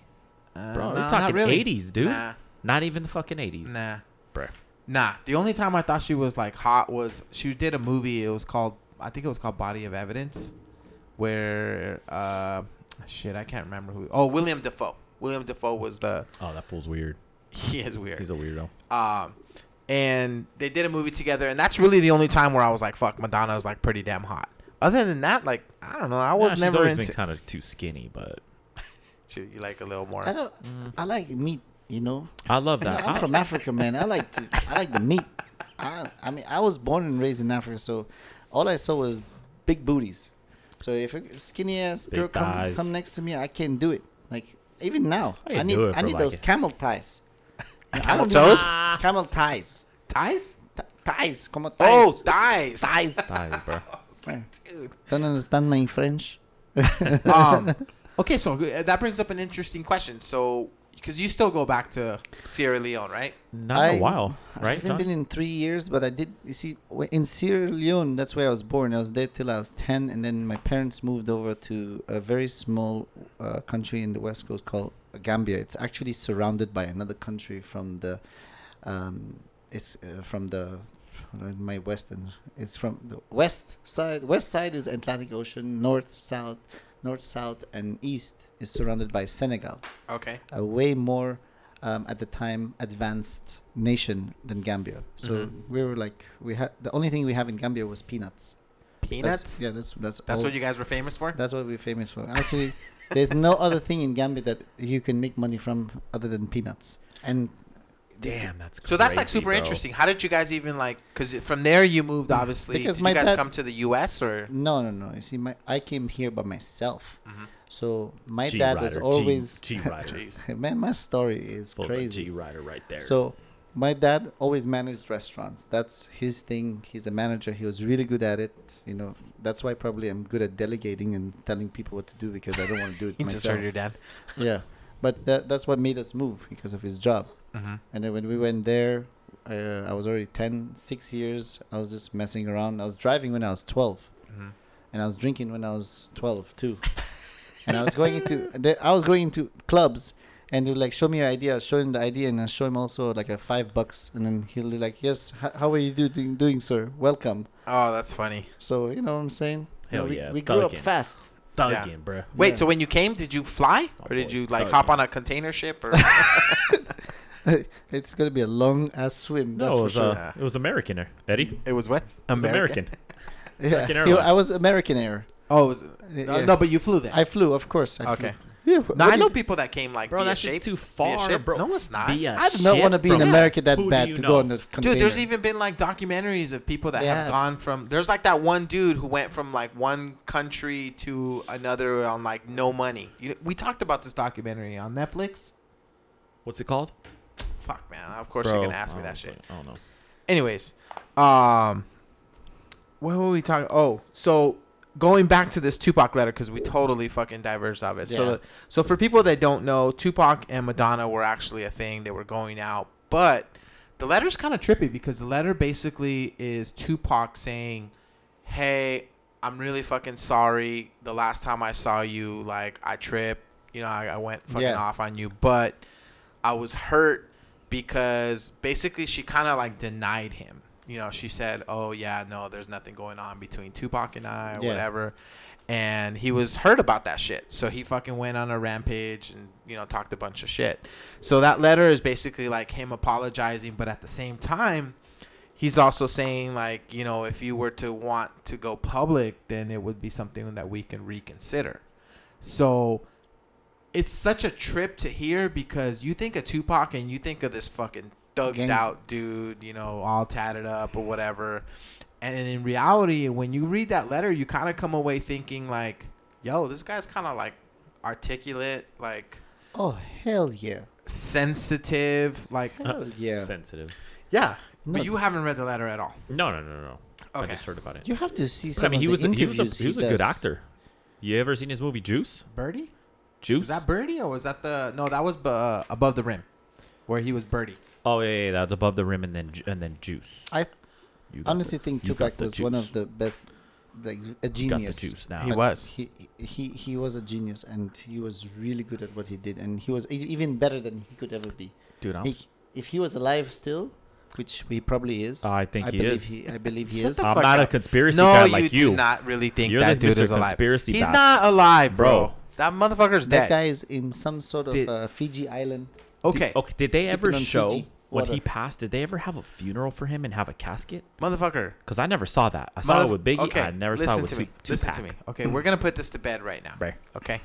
Speaker 6: bro.
Speaker 5: no,
Speaker 6: you're
Speaker 5: not
Speaker 6: talking
Speaker 5: really.
Speaker 6: 80s, dude.
Speaker 5: Nah.
Speaker 6: Not even the fucking 80s,
Speaker 5: Nah.
Speaker 6: bro.
Speaker 5: Nah, the only time I thought she was like hot was she did a movie. It was called I think it was called Body of Evidence, where uh, shit I can't remember who. Oh, William Defoe. William Defoe was the
Speaker 6: Oh, that fool's weird.
Speaker 5: he is weird.
Speaker 6: He's a weirdo.
Speaker 5: Um, and they did a movie together, and that's really the only time where I was like, "Fuck, Madonna's like pretty damn hot." Other than that, like I don't know, I was
Speaker 6: Nah, she's
Speaker 5: never
Speaker 6: always
Speaker 5: into.
Speaker 6: been kind of too skinny, but
Speaker 5: She- you like a little more.
Speaker 4: I don't.
Speaker 5: Mm.
Speaker 4: I like meat. You know.
Speaker 6: I love
Speaker 4: You know,
Speaker 6: that.
Speaker 4: I'm
Speaker 6: I-
Speaker 4: from Africa, man. I like. To, I like the meat. I, I mean, I was born and raised in Africa, so all I saw was big booties. So if a skinny ass
Speaker 6: Big
Speaker 4: girl come,
Speaker 6: thighs.
Speaker 4: come next to me, I can't do it. Like even now,
Speaker 6: How do you
Speaker 4: I need.
Speaker 6: do it
Speaker 4: I
Speaker 6: for,
Speaker 4: need
Speaker 6: like-
Speaker 4: those camel ties.
Speaker 5: Camel
Speaker 4: I don't
Speaker 5: toes?
Speaker 4: need- Camel ties.
Speaker 5: Ties?
Speaker 4: T- ties. Como ties.
Speaker 5: Oh, thighs.
Speaker 4: ties.
Speaker 6: Sorry, bro.
Speaker 4: Don't understand my French.
Speaker 5: um, okay, so uh, that brings up an interesting question. So, because you still go back to Sierra Leone, right?
Speaker 6: Not
Speaker 4: I-
Speaker 6: a while,
Speaker 4: I
Speaker 6: right?
Speaker 4: haven't
Speaker 6: Don?
Speaker 4: been in three years, but I did. You see, w- in Sierra Leone, that's where I was born. I was there till I was ten, and then my parents moved over to a very small uh, country in the west coast called Gambia. It's actually surrounded by another country from the, um, it's uh, from the, my western. It's from the west side. West side is Atlantic Ocean. North, south, north, south, and east is surrounded by Senegal
Speaker 5: Okay.
Speaker 4: a way more um, at the time advanced
Speaker 6: Mm-hmm.
Speaker 4: nation than Gambia. So we were like we had the only thing we have in Gambia was peanuts.
Speaker 5: Peanuts.
Speaker 4: That's,
Speaker 5: That's,
Speaker 4: yeah, that's that's
Speaker 5: what you guys were famous for.
Speaker 4: oh, That's what we're famous for. Actually, there's no other thing in Gambia that you can make money from other than peanuts. And
Speaker 6: Damn, that's
Speaker 5: So that's like
Speaker 6: crazy,
Speaker 5: super
Speaker 6: bro.
Speaker 5: interesting. How did you guys even like? Because from there you moved, obviously.
Speaker 4: Mm. Because
Speaker 5: did
Speaker 4: my
Speaker 5: you guys
Speaker 4: dad-
Speaker 5: come to the U.S. or?
Speaker 4: no, no, no. You see, my I came here by myself, so my
Speaker 6: Mm-hmm. G
Speaker 4: dad
Speaker 6: Rider,
Speaker 4: was always.
Speaker 6: G, G Rider.
Speaker 4: man, my story is
Speaker 6: Bullseye,
Speaker 4: crazy.
Speaker 6: G Rider right there.
Speaker 4: So my dad always managed restaurants. That's his thing. He's a manager. He was really good at it. You know, that's why probably I'm good at delegating and telling people what to do because I don't want to do it
Speaker 5: You just
Speaker 4: myself.
Speaker 5: heard your dad.
Speaker 4: yeah, but that, that's what made us move because of his job.
Speaker 6: Mm-hmm.
Speaker 4: And then when we went there, uh, I was already 10, 6 years. I was just messing around. I was driving when I was 12.
Speaker 6: Mm-hmm.
Speaker 4: And I was drinking when I was 12 too. and I was going into the- I was going into clubs and they would like show me your idea, show him the idea and I show him also like a 5 bucks and then he'll be like, "Yes, h- how are you do- doing doing sir? Welcome."
Speaker 5: Oh, that's funny.
Speaker 4: So, you know what I'm saying? You know,
Speaker 6: Hell
Speaker 4: we,
Speaker 6: yeah,
Speaker 4: we grew up
Speaker 6: thugging.
Speaker 4: fast.
Speaker 6: thugging, bro.
Speaker 5: Wait,
Speaker 4: Yeah.
Speaker 5: so when you came, did you fly
Speaker 6: Oh,
Speaker 5: or did
Speaker 6: boy,
Speaker 5: you
Speaker 6: it's
Speaker 5: like
Speaker 6: tight,
Speaker 5: hop
Speaker 6: man.
Speaker 5: on a container ship or?
Speaker 4: It's going to be a long ass swim, that's
Speaker 6: No, it
Speaker 4: for
Speaker 6: was,
Speaker 4: sure.
Speaker 6: uh, it was American Air. Eddie?
Speaker 5: it was what?
Speaker 6: It was American.
Speaker 4: yeah.
Speaker 6: American
Speaker 4: You know,
Speaker 6: Airlines.
Speaker 4: I was American Air.
Speaker 5: Oh, it was,
Speaker 4: Yeah.
Speaker 5: no, but you flew there.
Speaker 4: I flew, of course. I
Speaker 5: okay.
Speaker 4: Flew. Yeah,
Speaker 5: No,
Speaker 4: what
Speaker 5: I
Speaker 4: do
Speaker 5: know
Speaker 4: you-
Speaker 5: people that came like
Speaker 6: Bro,
Speaker 5: via
Speaker 6: that
Speaker 5: shape.
Speaker 6: shit's too
Speaker 5: via
Speaker 6: far,
Speaker 5: ship.
Speaker 6: bro.
Speaker 5: No, it's not.
Speaker 6: Via
Speaker 4: I do not
Speaker 6: ship,
Speaker 4: want to be in
Speaker 6: bro.
Speaker 4: America that
Speaker 6: Who do
Speaker 4: bad
Speaker 6: you
Speaker 4: to
Speaker 6: know?
Speaker 4: go on the container.
Speaker 5: Dude, there's even been like documentaries of people that have
Speaker 4: Yeah.
Speaker 5: gone from. There's like that one dude who went from like one country to another on like no money. You, we talked about this documentary on Netflix.
Speaker 6: What's it called?
Speaker 5: Fuck man, of course
Speaker 6: Bro, Oh,
Speaker 5: you're gonna ask me
Speaker 6: I
Speaker 5: that
Speaker 6: don't-
Speaker 5: shit.
Speaker 6: I don't know.
Speaker 5: Anyways, um, what were we talking? Oh, so going back to this Tupac letter because we totally fucking diverged of it.
Speaker 4: Yeah.
Speaker 5: So, so for people that don't know, Tupac and Madonna were actually a thing. They were going out, but the letter's kind of trippy because the letter basically is Tupac saying, "Hey, I'm really fucking sorry. The last time I saw you, like I tripped. You know, I, I went fucking
Speaker 4: Yeah.
Speaker 5: off on you, but I was hurt because basically she kind of like denied him. You know, she said, "Oh yeah, no, there's nothing going on between Tupac and I or
Speaker 4: Yeah.
Speaker 5: whatever." And he was hurt about that shit, so he fucking went on a rampage and you know talked a bunch of shit. So that letter is basically like him apologizing, but at the same time, he's also saying like you know if you were to want to go public then it would be something that we can reconsider so it's such a trip to hear because you think of tupac and you think of this fucking thugged
Speaker 4: Gangs-
Speaker 5: out dude you know all tatted up or whatever and in reality when you read that letter you kind of come away thinking like yo this guy's kind of like articulate like
Speaker 4: Oh hell yeah,
Speaker 5: sensitive like
Speaker 4: hell
Speaker 6: Uh,
Speaker 4: yeah.
Speaker 6: Sensitive.
Speaker 5: yeah
Speaker 4: No.
Speaker 5: but you haven't read the letter at all
Speaker 6: No, no, no, no. no. I
Speaker 5: Okay.
Speaker 6: just heard about it.
Speaker 4: You have to see
Speaker 6: But,
Speaker 4: some
Speaker 6: I mean,
Speaker 4: of
Speaker 6: he
Speaker 4: the
Speaker 6: was, a, he
Speaker 4: interviews.
Speaker 6: was, a, he was a good
Speaker 4: does.
Speaker 6: actor. You ever seen his movie Juice?
Speaker 5: birdie
Speaker 6: Juice?
Speaker 5: Was that Birdie or was that the no? That was bu- uh, above the rim, where he was Birdie.
Speaker 6: oh, yeah, yeah, yeah, that's above the rim and then Ju- and then Juice.
Speaker 4: I
Speaker 6: You got
Speaker 4: honestly
Speaker 6: the-
Speaker 4: think
Speaker 6: you got
Speaker 4: Tupac
Speaker 6: the
Speaker 4: was one
Speaker 6: juice.
Speaker 4: of the best, like a
Speaker 6: You got the
Speaker 4: genius.
Speaker 6: juice now.
Speaker 5: He was.
Speaker 4: He, he he was a genius, and he was really good at what he did, and he was e- even better than he could ever be.
Speaker 6: Dude, I'm,
Speaker 4: He, if he was alive still, which he probably is,
Speaker 6: I think he
Speaker 4: believe
Speaker 6: is.
Speaker 4: He, I believe he
Speaker 5: Shut
Speaker 4: is.
Speaker 5: the
Speaker 6: I'm
Speaker 5: fuck
Speaker 6: not a
Speaker 5: up.
Speaker 6: conspiracy
Speaker 5: no,
Speaker 6: guy
Speaker 5: you
Speaker 6: like
Speaker 5: do
Speaker 6: you.
Speaker 5: not really think
Speaker 6: You're
Speaker 5: that
Speaker 6: the
Speaker 5: dude
Speaker 6: Mr.
Speaker 5: is alive.
Speaker 6: Conspiracy
Speaker 5: He's
Speaker 6: Bat.
Speaker 5: not alive, bro.
Speaker 6: Bro.
Speaker 5: That motherfucker's
Speaker 4: That
Speaker 5: dead.
Speaker 4: guy is in some sort of
Speaker 6: Did-
Speaker 4: uh, Fiji island.
Speaker 5: okay,
Speaker 3: Oh.
Speaker 6: Okay, did they ever
Speaker 4: Sipping on
Speaker 6: show
Speaker 4: Fiji
Speaker 6: when
Speaker 4: water.
Speaker 6: he passed? Did they ever have a funeral for him and have a casket?
Speaker 5: motherfucker.
Speaker 6: Because I never saw that. I saw
Speaker 5: Motherf-
Speaker 6: it with Biggie.
Speaker 5: Okay,
Speaker 6: I never
Speaker 5: listen
Speaker 6: saw it with
Speaker 5: to
Speaker 6: Tu-
Speaker 5: me. Listen to
Speaker 6: Tupac.
Speaker 5: me. Okay, we're gonna put this to bed right now.
Speaker 6: Right.
Speaker 5: Okay.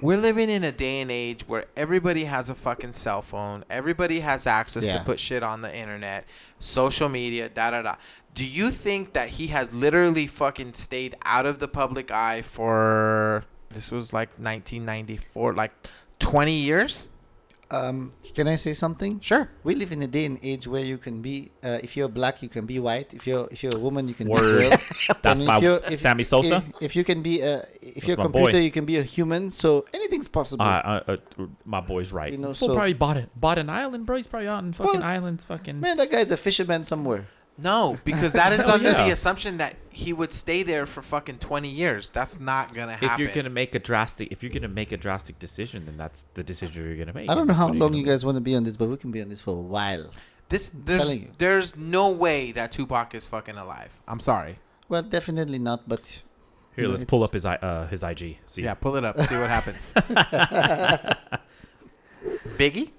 Speaker 5: We're living in a day and age where everybody has a fucking cell phone. Everybody has access
Speaker 4: Yeah.
Speaker 5: to put shit on the internet, social media, da da da. Do you think that he has literally fucking stayed out of the public eye for this was like 1994, like 20 years?
Speaker 4: Um, can I say something?
Speaker 5: Sure.
Speaker 4: We live in a day and age where you can be, uh, if you're black, you can be white. If you're if you're a woman, you can
Speaker 6: Word.
Speaker 4: be girl.
Speaker 6: That's
Speaker 4: if
Speaker 6: my
Speaker 4: you're- if-
Speaker 6: Sammy Sosa.
Speaker 4: If, if you can be, uh, if
Speaker 6: That's
Speaker 4: you're a
Speaker 6: my boy.
Speaker 4: computer, you can be a human. So anything's possible.
Speaker 6: Uh, uh, uh, my boy's right.
Speaker 4: You
Speaker 6: You
Speaker 4: know, so-
Speaker 6: probably bought it. Bought an island, bro. He's probably out in fucking
Speaker 4: Well,
Speaker 6: islands, fucking.
Speaker 4: Man, that guy's a fisherman somewhere.
Speaker 5: No, because that is under
Speaker 6: Oh, yeah.
Speaker 5: the assumption that he would stay there for fucking 20 years. That's not going to happen.
Speaker 6: if you're gonna make a drastic, if you're gonna make a drastic decision, then that's the decision you're gonna make.
Speaker 4: I don't know
Speaker 6: That's
Speaker 4: how
Speaker 6: what you're
Speaker 4: long
Speaker 6: gonna
Speaker 4: you
Speaker 6: do.
Speaker 4: guys want to be on this, but we can be on this for a while.
Speaker 5: This there's
Speaker 4: telling you.
Speaker 5: there's no way that Tupac is fucking alive. I'm sorry.
Speaker 4: Well, definitely not. But
Speaker 6: Here,
Speaker 4: you know,
Speaker 6: let's pull
Speaker 4: it's-
Speaker 6: up his I- uh, his IG. See,
Speaker 5: Yeah, pull it up. See what happens. Biggie?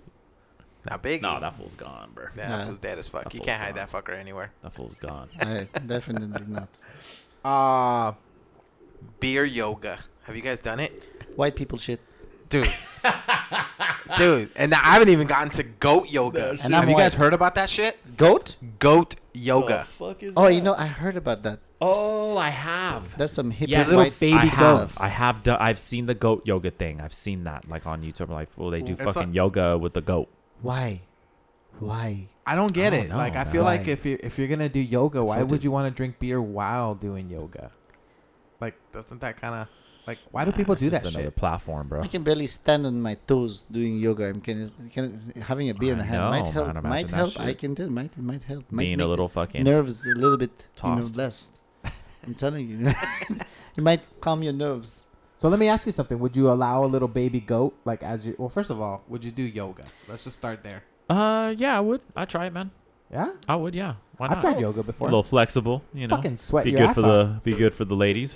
Speaker 5: Now Biggie.
Speaker 6: no, that fool's gone, bro.
Speaker 5: yeah,
Speaker 4: Nah.
Speaker 5: that fool's dead as fuck.
Speaker 6: That
Speaker 5: You
Speaker 6: fool's
Speaker 5: can't hide
Speaker 6: gone.
Speaker 5: that fucker anywhere.
Speaker 6: That fool's gone.
Speaker 4: I, definitely not.
Speaker 5: Uh, beer yoga. Have you guys done it,
Speaker 4: White people shit.
Speaker 5: dude?
Speaker 6: Ah.
Speaker 5: dude, and I haven't even gotten to goat yoga.
Speaker 4: And
Speaker 5: have
Speaker 4: I'm
Speaker 5: you guys
Speaker 4: white.
Speaker 5: heard about that shit?
Speaker 4: Goat?
Speaker 5: Goat yoga.
Speaker 7: fuck is
Speaker 4: Oh,
Speaker 7: that?
Speaker 4: you know, I heard about that.
Speaker 6: Oh, I have.
Speaker 4: That's some hippie
Speaker 6: Yeah,
Speaker 4: white
Speaker 6: little
Speaker 3: baby
Speaker 6: I have.
Speaker 4: stuff.
Speaker 6: I have. Done, I've seen the goat yoga thing. I've seen that like on YouTube. I'm like, well, they do
Speaker 5: It's
Speaker 6: fucking
Speaker 5: like-
Speaker 6: yoga with the goat.
Speaker 4: Why? Why?
Speaker 3: I don't get
Speaker 6: I
Speaker 3: it.
Speaker 6: don't
Speaker 3: like
Speaker 6: know,
Speaker 3: I feel
Speaker 4: man.
Speaker 3: like if you if you're gonna do yoga, why
Speaker 6: So
Speaker 3: would
Speaker 6: did-
Speaker 3: you want to drink beer while doing yoga? Like doesn't that kind of like why do people
Speaker 6: It's
Speaker 3: do
Speaker 6: just
Speaker 3: that shit?
Speaker 6: another platform, bro.
Speaker 4: I can barely stand on my toes doing yoga. I'm can, can having a beer in
Speaker 6: I
Speaker 4: the hand
Speaker 6: know,
Speaker 4: might help.
Speaker 6: man, imagine
Speaker 4: might
Speaker 6: that
Speaker 4: help. I
Speaker 6: shit.
Speaker 4: can tell. Might it might help. Might
Speaker 6: Being
Speaker 4: make
Speaker 6: a
Speaker 4: the
Speaker 6: little fucking
Speaker 4: nerves a little bit you
Speaker 6: tossed.
Speaker 4: know less. I'm telling you, it might calm your nerves.
Speaker 3: So let me ask you something. Would you allow a little baby goat like as your well? First of all, would you do yoga? Let's just start there.
Speaker 6: Uh, yeah, I would. I try it, man.
Speaker 3: Yeah,
Speaker 6: I would, yeah. Why not?
Speaker 3: I've tried yoga
Speaker 6: A
Speaker 3: before.
Speaker 6: little flexible, you know.
Speaker 3: Fucking sweat
Speaker 6: be
Speaker 3: your
Speaker 6: good
Speaker 3: ass
Speaker 6: for
Speaker 3: off.
Speaker 6: the be good for the ladies,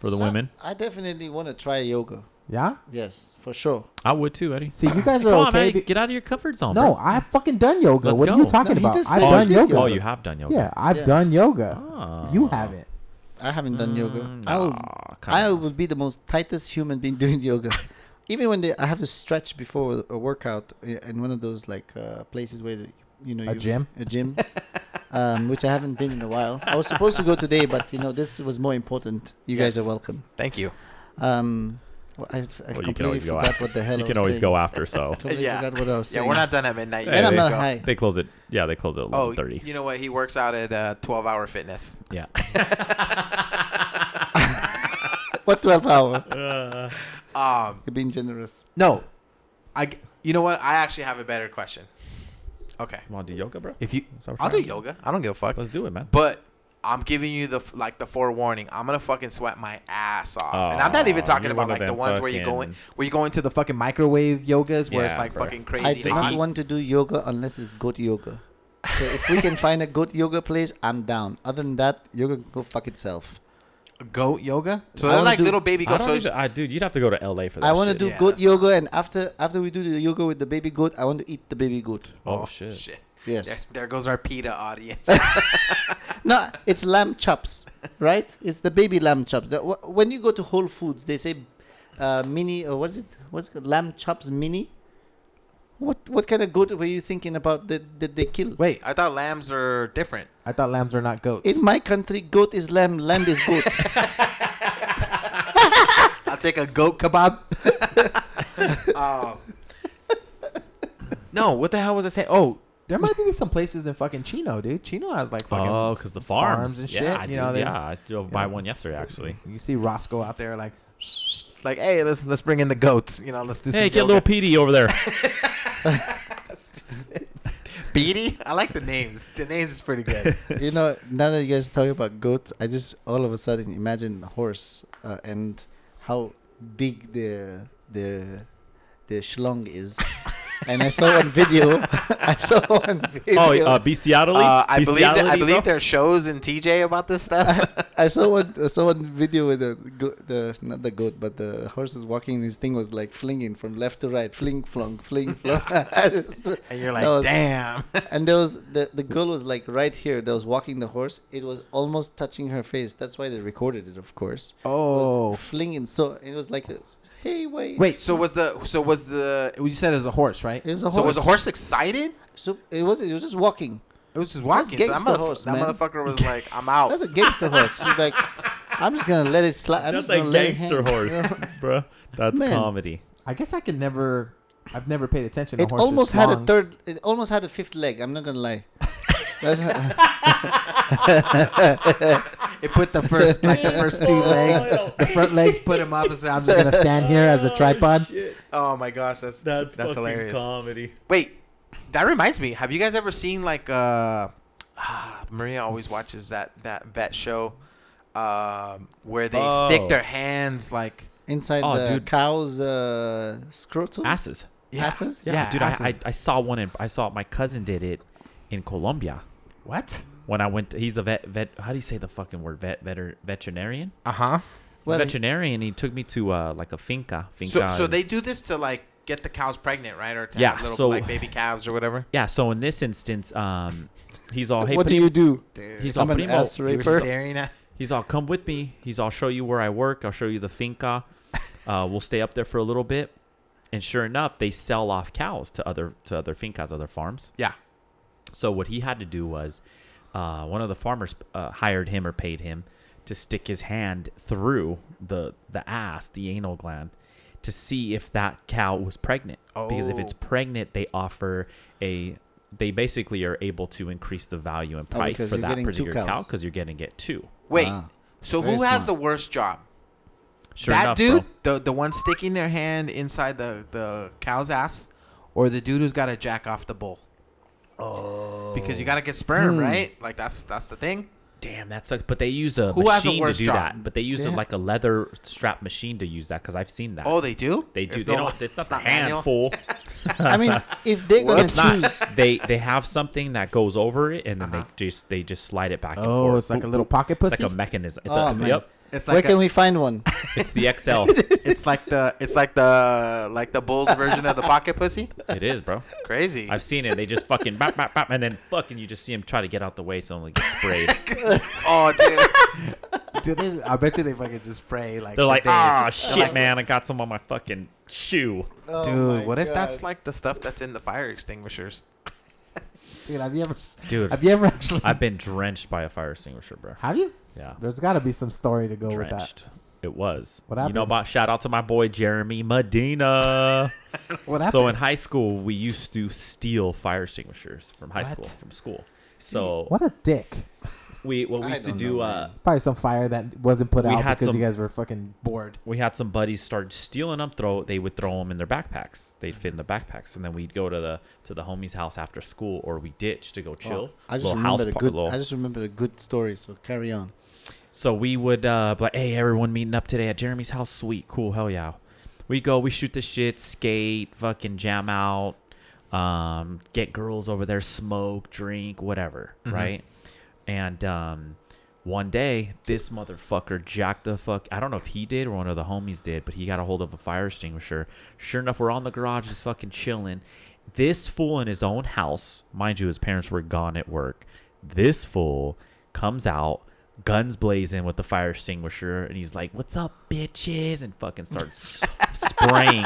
Speaker 6: for the
Speaker 4: So,
Speaker 6: women.
Speaker 4: I definitely want to try yoga.
Speaker 3: Yeah.
Speaker 4: Yes, for sure.
Speaker 6: I would too, Eddie.
Speaker 3: See, you guys
Speaker 6: Come
Speaker 3: are
Speaker 6: on,
Speaker 3: okay.
Speaker 6: man,
Speaker 3: be-
Speaker 6: get out of your comfort zone.
Speaker 3: no,
Speaker 6: bro.
Speaker 3: I've fucking done yoga.
Speaker 6: Let's
Speaker 3: what are you
Speaker 6: go.
Speaker 3: talking
Speaker 4: No, he
Speaker 3: about?
Speaker 4: just
Speaker 3: I've
Speaker 4: said
Speaker 3: done
Speaker 4: he did
Speaker 3: yoga.
Speaker 6: Oh, you have done yoga.
Speaker 3: Yeah, I've
Speaker 4: Yeah.
Speaker 3: done yoga.
Speaker 6: Oh.
Speaker 3: You haven't.
Speaker 4: I haven't done
Speaker 6: Mm,
Speaker 4: yoga. I'll,
Speaker 6: Aw, come
Speaker 4: I
Speaker 6: on.
Speaker 4: would be the most tightest human being doing yoga. Even when they, I have to stretch before a workout i- in one of those like uh, places where the- you know
Speaker 3: A
Speaker 4: you-
Speaker 3: gym?
Speaker 4: a gym, um, which I haven't been in a while. I was supposed to go today, but you know this was more important. You guys
Speaker 5: Yes.
Speaker 4: are welcome.
Speaker 5: Thank you.
Speaker 4: Um, well, I, I
Speaker 6: you can
Speaker 4: completely
Speaker 6: always go
Speaker 4: forgot
Speaker 6: out.
Speaker 4: what the hell
Speaker 6: You
Speaker 4: I
Speaker 6: can
Speaker 4: was
Speaker 6: always
Speaker 4: saying.
Speaker 6: go after. So
Speaker 4: Completely
Speaker 5: Yeah.
Speaker 4: forgot what I was
Speaker 5: Yeah,
Speaker 4: saying.
Speaker 5: we're not done at midnight.
Speaker 4: And I'm
Speaker 6: Hey,
Speaker 4: not
Speaker 5: Go.
Speaker 4: high.
Speaker 6: they close it. Yeah, they close it at
Speaker 5: Oh,
Speaker 6: eleven thirty.
Speaker 5: you know what? He works out at uh, 12 Hour Fitness.
Speaker 6: Yeah.
Speaker 4: What twelve hour?
Speaker 5: Um,
Speaker 4: You're being generous.
Speaker 5: no, I. g- You know what? I actually have a better question. Okay,
Speaker 6: You want to do yoga, bro?
Speaker 5: if you,
Speaker 6: Is that what
Speaker 5: I'll
Speaker 6: we're
Speaker 5: do
Speaker 6: trying?
Speaker 5: yoga. I don't give a fuck.
Speaker 6: Let's do it, man.
Speaker 5: But I'm giving you the f- like the forewarning. I'm gonna fucking sweat my ass off, and I'm not even
Speaker 6: Aw,
Speaker 5: talking
Speaker 6: you're
Speaker 5: about
Speaker 6: one of
Speaker 5: like the
Speaker 6: them
Speaker 5: ones where you go in,
Speaker 6: fucking-
Speaker 5: where you go into the fucking microwave yogas where it's
Speaker 6: Yeah,
Speaker 5: like
Speaker 6: bro.
Speaker 5: fucking crazy
Speaker 4: I do
Speaker 5: hot.
Speaker 4: not want to do yoga unless it's good yoga. So if we can find a good yoga place, I'm down. Other than that, yoga can go fuck itself.
Speaker 5: goat yoga. So
Speaker 4: I
Speaker 5: they're
Speaker 4: wanna
Speaker 5: like
Speaker 4: do-
Speaker 5: little baby
Speaker 6: I
Speaker 5: goats.
Speaker 6: don't
Speaker 5: So
Speaker 6: even, I, dude, you'd have to go to LA for that.
Speaker 4: I want to
Speaker 6: shit.
Speaker 4: do
Speaker 5: Yeah,
Speaker 4: good
Speaker 5: that's-
Speaker 4: yoga, and after after we do the yoga with the baby goat, I want to eat the baby goat.
Speaker 6: Oh, shit.
Speaker 4: Yes.
Speaker 5: There, there goes our PETA audience.
Speaker 4: No, it's lamb chops, right? It's the baby lamb chops. The- wh- When you go to Whole Foods, they say uh, mini. Or what is it? What's it called? lamb chops mini? What what kind of goat were you thinking about that, that they kill?
Speaker 3: Wait,
Speaker 5: I thought lambs are different.
Speaker 3: I thought lambs are not goats.
Speaker 4: In my country, goat is lamb, lamb is goat.
Speaker 5: I'll take a goat kebab. um, no, what the hell was I saying? Oh,
Speaker 3: there might be some places in fucking Chino, dude. Chino has like fucking.
Speaker 6: Oh, because the farms,
Speaker 3: farms and
Speaker 6: Yeah,
Speaker 3: shit,
Speaker 6: dude,
Speaker 3: you know, they-
Speaker 6: yeah, I drove by one yesterday actually.
Speaker 3: You see Roscoe out there, like
Speaker 5: like hey, let's let's bring in the goats. You know, let's do.
Speaker 6: Hey,
Speaker 5: some
Speaker 6: get
Speaker 5: yoga.
Speaker 6: little PD over there.
Speaker 5: Beatty. I like the names. The names is pretty good.
Speaker 4: you know, now that you guys talk about goats, I just all of a sudden imagine a horse uh, and how big their their their schlong is. and I saw one video. I saw one video.
Speaker 6: oh, uh, bestiality.
Speaker 5: Uh, I believe that, I
Speaker 6: Bestiality,
Speaker 5: believe
Speaker 6: bro?
Speaker 5: there are shows in TJ about this stuff.
Speaker 4: I saw one. I saw one video with the go- the not the goat, but the horse is walking. and His thing was like flinging from left to right, fling flong, fling flong. I just-
Speaker 5: and you're like,
Speaker 4: that was-
Speaker 5: damn.
Speaker 4: and there was the the girl was like right here. That was walking the horse. It was almost touching her face. That's why they recorded it, of course. It was
Speaker 3: oh
Speaker 4: flinging. So it was like, a, hey, wait.
Speaker 3: wait,
Speaker 5: So was the so was the
Speaker 3: you said it was a horse, right?
Speaker 4: It was a horse.
Speaker 5: so was the horse excited?
Speaker 4: So it was. It was just walking.
Speaker 5: It was just
Speaker 4: That's
Speaker 5: walking. So that
Speaker 4: gangsta
Speaker 5: motherf-
Speaker 4: horse,
Speaker 5: that
Speaker 4: man.
Speaker 5: motherfucker was like, I'm out.
Speaker 4: That's a gangster horse. She's like, I'm just gonna let it slide. I'm
Speaker 6: That's
Speaker 4: just
Speaker 6: like
Speaker 4: gonna let it
Speaker 6: gangster
Speaker 4: hang."
Speaker 6: horse, bro. That's
Speaker 4: Man.
Speaker 6: comedy.
Speaker 3: I guess I could never. I've never paid attention. to
Speaker 4: It
Speaker 3: horses'
Speaker 4: almost had a
Speaker 3: longs.
Speaker 4: third. It almost had a fifth leg. I'm not gonna lie. That's
Speaker 5: It put the first like the first two legs.
Speaker 3: The front legs put him up and said, "I'm just gonna stand here as a tripod."
Speaker 5: Oh my gosh, that's that's, that's hilarious.
Speaker 6: comedy.
Speaker 5: Wait, that reminds me. Have you guys ever seen like uh ah, Maria always watches that that vet show um where they
Speaker 6: Oh.
Speaker 5: stick their hands like
Speaker 4: inside
Speaker 6: Oh,
Speaker 4: the
Speaker 6: dude.
Speaker 4: cow's uh, scrotum.
Speaker 6: Asses.
Speaker 4: Asses?
Speaker 6: Yeah, dude.
Speaker 5: asses.
Speaker 6: I, I I saw one in. I saw my cousin did it in Colombia
Speaker 5: what?
Speaker 6: when I went. he's a vet. Vet. How do you say the fucking word? Vet. Veter, veterinarian.
Speaker 5: Uh huh.
Speaker 6: He's
Speaker 4: Well,
Speaker 6: a veterinarian. He took me to uh like a finca.
Speaker 5: So
Speaker 6: Finca.
Speaker 5: so
Speaker 6: is-
Speaker 5: they do this to like get the cows pregnant, right? Or to
Speaker 6: Yeah,
Speaker 5: have little
Speaker 6: so-
Speaker 5: like baby calves or whatever.
Speaker 6: Yeah. So in this instance, um, he's all hey.
Speaker 4: what do
Speaker 6: primo,
Speaker 4: you do?
Speaker 5: Dude,
Speaker 6: he's all
Speaker 4: I'm an
Speaker 6: primo.
Speaker 4: ass
Speaker 5: you were
Speaker 4: raper.
Speaker 5: staring at
Speaker 6: He's all, come with me. He's all, show you where I work. I'll show you the finca. Uh, we'll stay up there for a little bit. And sure enough, they sell off cows to other to other fincas, other farms.
Speaker 5: Yeah.
Speaker 6: So what he had to do was, uh, one of the farmers uh, hired him or paid him to stick his hand through the the ass, the anal gland, to see if that cow was pregnant. Because if it's
Speaker 5: Oh.
Speaker 6: pregnant, they offer a they basically are able to increase the value and
Speaker 4: Oh,
Speaker 6: price
Speaker 4: because
Speaker 6: for
Speaker 4: you're
Speaker 6: that
Speaker 4: getting two
Speaker 6: particular cow
Speaker 4: cows.
Speaker 6: because you're getting it two.
Speaker 5: Wait.
Speaker 4: Wow.
Speaker 5: So
Speaker 4: Very
Speaker 5: who has the
Speaker 4: smart.
Speaker 5: worst job?
Speaker 6: Sure
Speaker 5: that
Speaker 6: enough,
Speaker 5: dude,
Speaker 6: bro.
Speaker 5: the the one sticking their hand inside the the cow's ass, or the dude who's got to jack off the bull. Oh. Because you got to get sperm, right? Like that's that's the thing.
Speaker 6: Damn, that sucks. But they use a
Speaker 5: Who has the
Speaker 6: machine to
Speaker 5: worst
Speaker 6: do
Speaker 5: job?
Speaker 6: that. But they use a,
Speaker 4: Yeah.
Speaker 6: like a leather strap machine to use that because I've seen that.
Speaker 5: Oh, they do.
Speaker 6: they do.
Speaker 5: There's
Speaker 6: They
Speaker 5: no-
Speaker 6: don't. It's not the
Speaker 5: manual?
Speaker 6: hand fool.
Speaker 4: I mean, if they're gonna
Speaker 6: It's not.
Speaker 4: choose,
Speaker 6: They they have something that goes over it, and then they just they just slide it back and forth.
Speaker 3: Oh, it's like a little pocket pussy.
Speaker 6: It's like a mechanism. It's
Speaker 4: Oh,
Speaker 6: a,
Speaker 4: man.
Speaker 6: Yep.
Speaker 5: It's
Speaker 4: where
Speaker 5: like
Speaker 4: can
Speaker 5: a,
Speaker 4: we find one?
Speaker 6: It's the XL.
Speaker 5: it's like the it's like the like the bull's version of the pocket pussy.
Speaker 6: it is, bro.
Speaker 5: Crazy.
Speaker 6: I've seen it. They just fucking bop, bop, bop, and then fucking you just see him try to get out the way, so only gets sprayed.
Speaker 5: oh, dude.
Speaker 3: Dude, they- I bet you they fucking just spray like.
Speaker 6: They're like,
Speaker 3: for days.
Speaker 6: ah, shit, man, I got some on my fucking shoe.
Speaker 4: Oh
Speaker 5: Dude, what if that's like the stuff that's in the fire extinguishers?
Speaker 3: dude, have you ever, s-
Speaker 6: Dude.
Speaker 3: have you ever actually,
Speaker 6: I've been drenched by a fire extinguisher, bro.
Speaker 3: have you?
Speaker 6: Yeah,
Speaker 3: There's got to be some story to go with that.
Speaker 6: drenched. It was.
Speaker 3: What
Speaker 6: You know
Speaker 3: happened?
Speaker 6: about? Shout out to my boy Jeremy Medina.
Speaker 3: What happened?
Speaker 6: so in high school, we used to steal fire extinguishers from high school,
Speaker 3: What?
Speaker 6: from school. So
Speaker 3: what a dick!
Speaker 6: we what we
Speaker 4: I
Speaker 6: used to
Speaker 4: don't
Speaker 6: do.
Speaker 4: know,
Speaker 6: uh,
Speaker 3: Probably some fire that wasn't put
Speaker 6: We
Speaker 3: out
Speaker 6: had
Speaker 3: because
Speaker 6: some-
Speaker 3: you guys were fucking bored.
Speaker 6: we had some buddies start stealing them. Throw they would throw them in their backpacks. They'd fit in the backpacks, and then we'd go to the to the homie's house after school, or we ditch to go chill.
Speaker 4: I just
Speaker 6: Little house
Speaker 4: remember the
Speaker 6: par-
Speaker 4: good.
Speaker 6: little-
Speaker 4: I just remember the good story. So carry on.
Speaker 6: So we would uh be like, hey, everyone meeting up today at Jeremy's house. Sweet, cool, hell yeah. We go, we shoot the shit, skate, fucking jam out, um, get girls over there, smoke, drink, whatever, right? And um one day, this motherfucker jacked the fuck. I don't know if he did or one of the homies did, but he got a hold of a fire extinguisher. Sure enough, we're on the garage just fucking chilling. This fool in his own house, mind you, his parents were gone at work. This fool comes out, guns blazing with the fire extinguisher, and he's like, "What's up, bitches?" and fucking starts s- spraying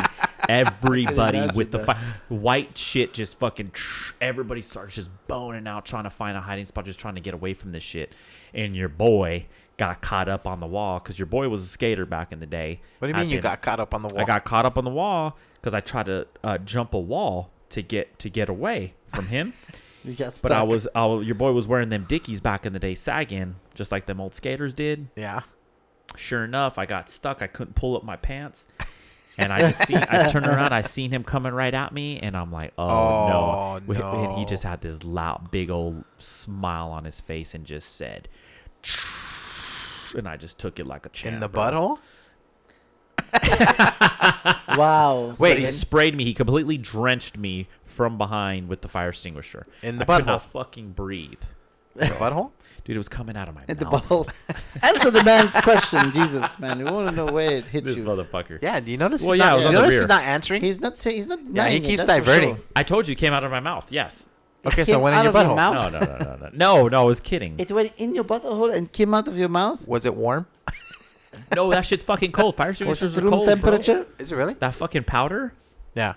Speaker 6: everybody
Speaker 4: imagine
Speaker 6: with the
Speaker 4: that.
Speaker 6: fire white shit just fucking tr- everybody starts just boning out trying to find a hiding spot just trying to get away from this shit and your boy got caught up on the wall because your boy was a skater back in the day
Speaker 5: What do you
Speaker 6: I
Speaker 5: mean you
Speaker 6: didn't.
Speaker 5: got caught up on the wall?
Speaker 6: i got caught up on the wall because i tried to uh, jump a wall to get to get away from him
Speaker 4: You got stuck.
Speaker 6: but i was I, was- your boy was wearing them dickies back in the day sagging just like them old skaters did
Speaker 5: yeah.
Speaker 6: sure enough, I got stuck. I couldn't pull up my pants. And I just seen, I turned around, I seen him coming right at me, and I'm like, oh,
Speaker 5: Oh,
Speaker 6: no. We- And he
Speaker 5: no.
Speaker 6: just had this loud, big old smile on his face and just said, and I just took it like a champ.
Speaker 5: In the
Speaker 6: bro.
Speaker 5: butthole?
Speaker 4: wow.
Speaker 6: But he
Speaker 5: Wait.
Speaker 6: sprayed me. He completely drenched me from behind with the fire extinguisher.
Speaker 5: In the
Speaker 6: I could
Speaker 5: butthole.
Speaker 6: not fucking breathe.
Speaker 5: In the butthole?
Speaker 6: Dude, it was coming out of my
Speaker 4: Hit the
Speaker 6: mouth.
Speaker 4: ball. Answer the man's question, Jesus, man. We want to know where it hits
Speaker 6: This
Speaker 4: you.
Speaker 6: motherfucker.
Speaker 5: Yeah, do you notice
Speaker 6: Well,
Speaker 5: he's
Speaker 6: yeah, it
Speaker 5: not,
Speaker 6: was
Speaker 5: you
Speaker 6: on the
Speaker 5: notice
Speaker 6: rear.
Speaker 5: he's not answering?
Speaker 4: He's not saying. He's not.
Speaker 5: yeah, he
Speaker 4: denying it,
Speaker 5: keeps
Speaker 4: that's for sure.
Speaker 5: diverting.
Speaker 6: I told you it came out of my mouth. Yes.
Speaker 4: It
Speaker 5: Okay, so
Speaker 4: came
Speaker 5: went in
Speaker 4: out
Speaker 5: your
Speaker 4: of
Speaker 5: butthole.
Speaker 4: your mouth.
Speaker 6: No, no, no, no, no. No, no, I was kidding.
Speaker 4: Oh. It went in your butthole and came out of your mouth.
Speaker 5: Was it warm?
Speaker 6: No, that shit's fucking cold. Fire
Speaker 4: Was
Speaker 6: extinguishers
Speaker 4: it
Speaker 6: are
Speaker 4: room
Speaker 6: cold. bro.
Speaker 4: temperature?
Speaker 5: Is it really?
Speaker 6: That fucking powder?
Speaker 5: Yeah.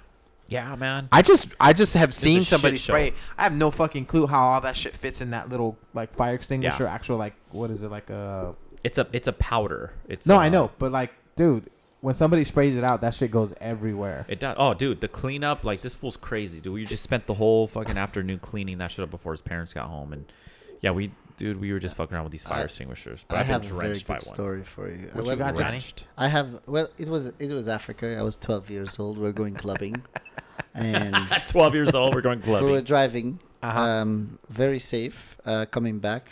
Speaker 6: Yeah, man.
Speaker 5: I just I just have
Speaker 6: a
Speaker 5: seen
Speaker 6: shit
Speaker 5: somebody
Speaker 6: show.
Speaker 5: spray. I have no fucking clue how all that shit fits in that little like fire extinguisher.
Speaker 6: Yeah.
Speaker 5: Actual like what is it like uh, a
Speaker 6: It's a it's a powder. It's
Speaker 3: No,
Speaker 6: uh,
Speaker 3: I know, but like, dude, when somebody sprays it out, that shit goes everywhere.
Speaker 6: It does. Oh, dude, the cleanup like this fool's crazy, dude. We just spent the whole fucking afternoon cleaning that shit up before his parents got home, and yeah, we dude, we were just fucking around with these fire
Speaker 4: I-
Speaker 6: extinguishers. But
Speaker 4: I
Speaker 6: have
Speaker 4: have
Speaker 6: been
Speaker 4: a very
Speaker 6: drenched by
Speaker 4: good
Speaker 6: one.
Speaker 4: story for you. I
Speaker 5: What you
Speaker 4: went
Speaker 5: got,
Speaker 4: with-
Speaker 5: Johnny?
Speaker 4: I have. Well, it was it was Africa. I was 12 years old. We're going clubbing, and
Speaker 6: At Twelve years old, we're going
Speaker 4: we were
Speaker 6: clubbing.
Speaker 4: driving.
Speaker 5: Uh-huh.
Speaker 4: Um, very safe. Uh, coming back.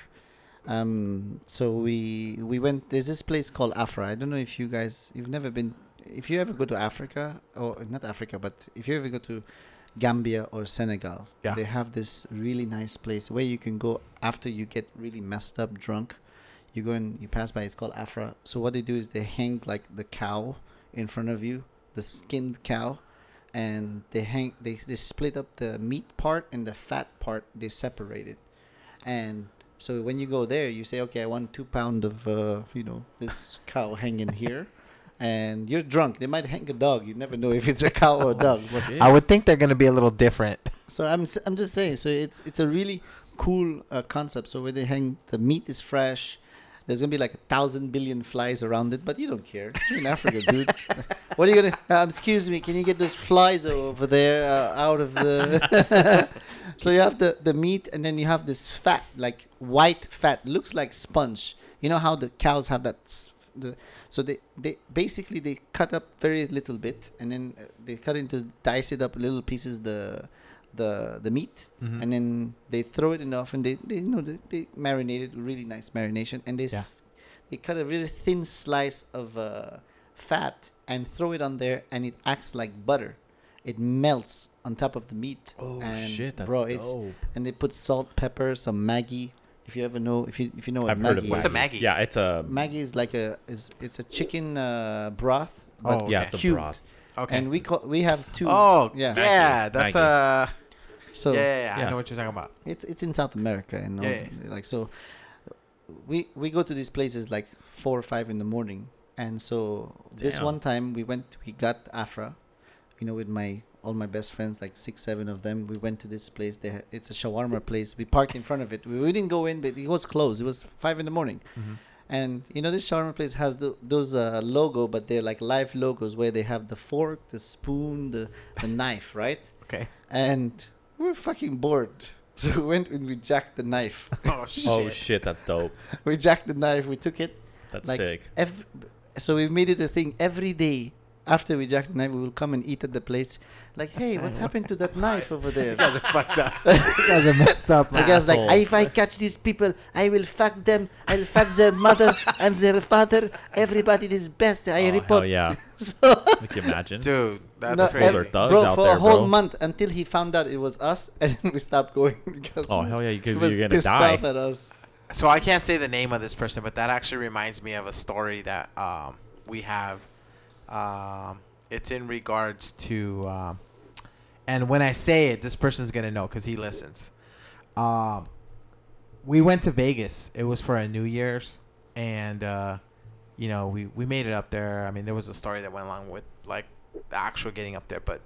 Speaker 4: Um, so we we went. There's this place called Afra. I don't know if you guys you've never been. If you ever go to Africa or not Africa, but if you ever go to Gambia or Senegal,
Speaker 5: Yeah.
Speaker 4: they have this really nice place where you can go after you get really messed up, drunk. You go and you pass by. It's called Afra. So what they do is they hang like the cow in front of you, the skinned cow, and they hang. They they split up the meat part and the fat part. They separate it, and So when you go there, you say, okay, I want two pound of uh, you know this cow hanging here, and you're drunk. They might hang a dog. You never know if it's a cow or a dog. But
Speaker 5: I would think they're gonna be a little different.
Speaker 4: so I'm s- I'm just saying. So it's it's a really cool uh, concept. So where they hang the meat is fresh. There's gonna be like a thousand billion flies around it, but you don't care. You're in Africa, dude. what are you gonna? Um, excuse me. Can you get those flies over there uh, out of the? so you have the the meat, and then you have this fat, like white fat, looks like sponge. You know how the cows have that. s- The, so they, they basically they cut up very little bit, and then uh, they cut into dice it up little pieces. The the the meat
Speaker 5: Mm-hmm.
Speaker 4: and then they throw it in the oven they, they you know they, they marinate it really nice marination and they s- they cut a really thin slice of uh, fat and throw it on there and it acts like butter it melts on top of the meat
Speaker 6: Oh
Speaker 4: and
Speaker 6: shit, that's
Speaker 4: bro
Speaker 6: dope.
Speaker 4: it's and they put salt pepper some maggi if you ever know if you if you know what
Speaker 6: I've heard
Speaker 4: maggi
Speaker 6: of
Speaker 4: is
Speaker 5: What's a Maggie?
Speaker 6: Yeah, it's a
Speaker 4: maggi is like a is it's a chicken uh, broth but
Speaker 5: Oh,
Speaker 6: yeah, it's a
Speaker 4: cubed.
Speaker 6: broth.
Speaker 5: Okay.
Speaker 4: and we call we have two
Speaker 5: oh
Speaker 4: yeah.
Speaker 5: yeah, yeah, that's
Speaker 6: Maggie.
Speaker 5: uh
Speaker 4: so
Speaker 5: yeah, yeah, yeah,
Speaker 6: Yeah.
Speaker 5: I know what you're talking about.
Speaker 4: It's it's in South America and all,
Speaker 5: Yeah,
Speaker 4: like so. We we go to these places like four or five in the morning, and so this
Speaker 6: Damn.
Speaker 4: one time we went, we got Afra, you know, with my all my best friends, like six seven of them. We went to this place. They ha- it's a shawarma place. We parked in front of it. We, we didn't go in, but it was closed. It was five in the morning.
Speaker 5: Mm-hmm.
Speaker 4: And you know this shawarma place has the, those uh, logo, but they're like live logos where they have the fork, the spoon, the, the knife, right?
Speaker 5: Okay.
Speaker 4: and we were fucking bored. So we went and we jacked the knife.
Speaker 5: Oh shit.
Speaker 6: Oh shit, that's dope.
Speaker 4: we jacked the knife. We took it.
Speaker 6: That's
Speaker 4: Like-
Speaker 6: sick.
Speaker 4: Ev- so we made it a thing every day. After we jacked the knife, we will come and eat at the place. Like, hey, what happened to that knife over there?
Speaker 5: you guys are fucked up.
Speaker 3: You guys are messed up.
Speaker 4: The guy's like,
Speaker 6: Asshole.
Speaker 4: if I catch these people, I will fuck them. I'll fuck their mother and their father. Everybody is best. I
Speaker 6: oh,
Speaker 4: report.
Speaker 6: Hell yeah.
Speaker 4: So-
Speaker 6: Like imagine.
Speaker 5: Dude, that's
Speaker 4: No,
Speaker 5: crazy.
Speaker 6: Those are thugs
Speaker 4: bro,
Speaker 6: out
Speaker 4: for
Speaker 6: there,
Speaker 4: a whole
Speaker 6: bro.
Speaker 4: month until he found out it was us, and we stopped going because
Speaker 6: Oh
Speaker 4: he
Speaker 6: hell
Speaker 4: was-
Speaker 6: yeah, you
Speaker 4: he
Speaker 6: guys
Speaker 4: was
Speaker 6: you're gonna
Speaker 4: pissed
Speaker 6: die.
Speaker 4: off at us.
Speaker 5: So I can't say the name of this person, but that actually reminds me of a story that um, we have. Um, it's in regards to, um, and when I say it, this person's gonna know because he listens.
Speaker 3: Um, we went to Vegas. It was for a New Year's, and uh,
Speaker 5: You know, we we made it up there. I mean, there was a story that went along with like the actual getting up there, but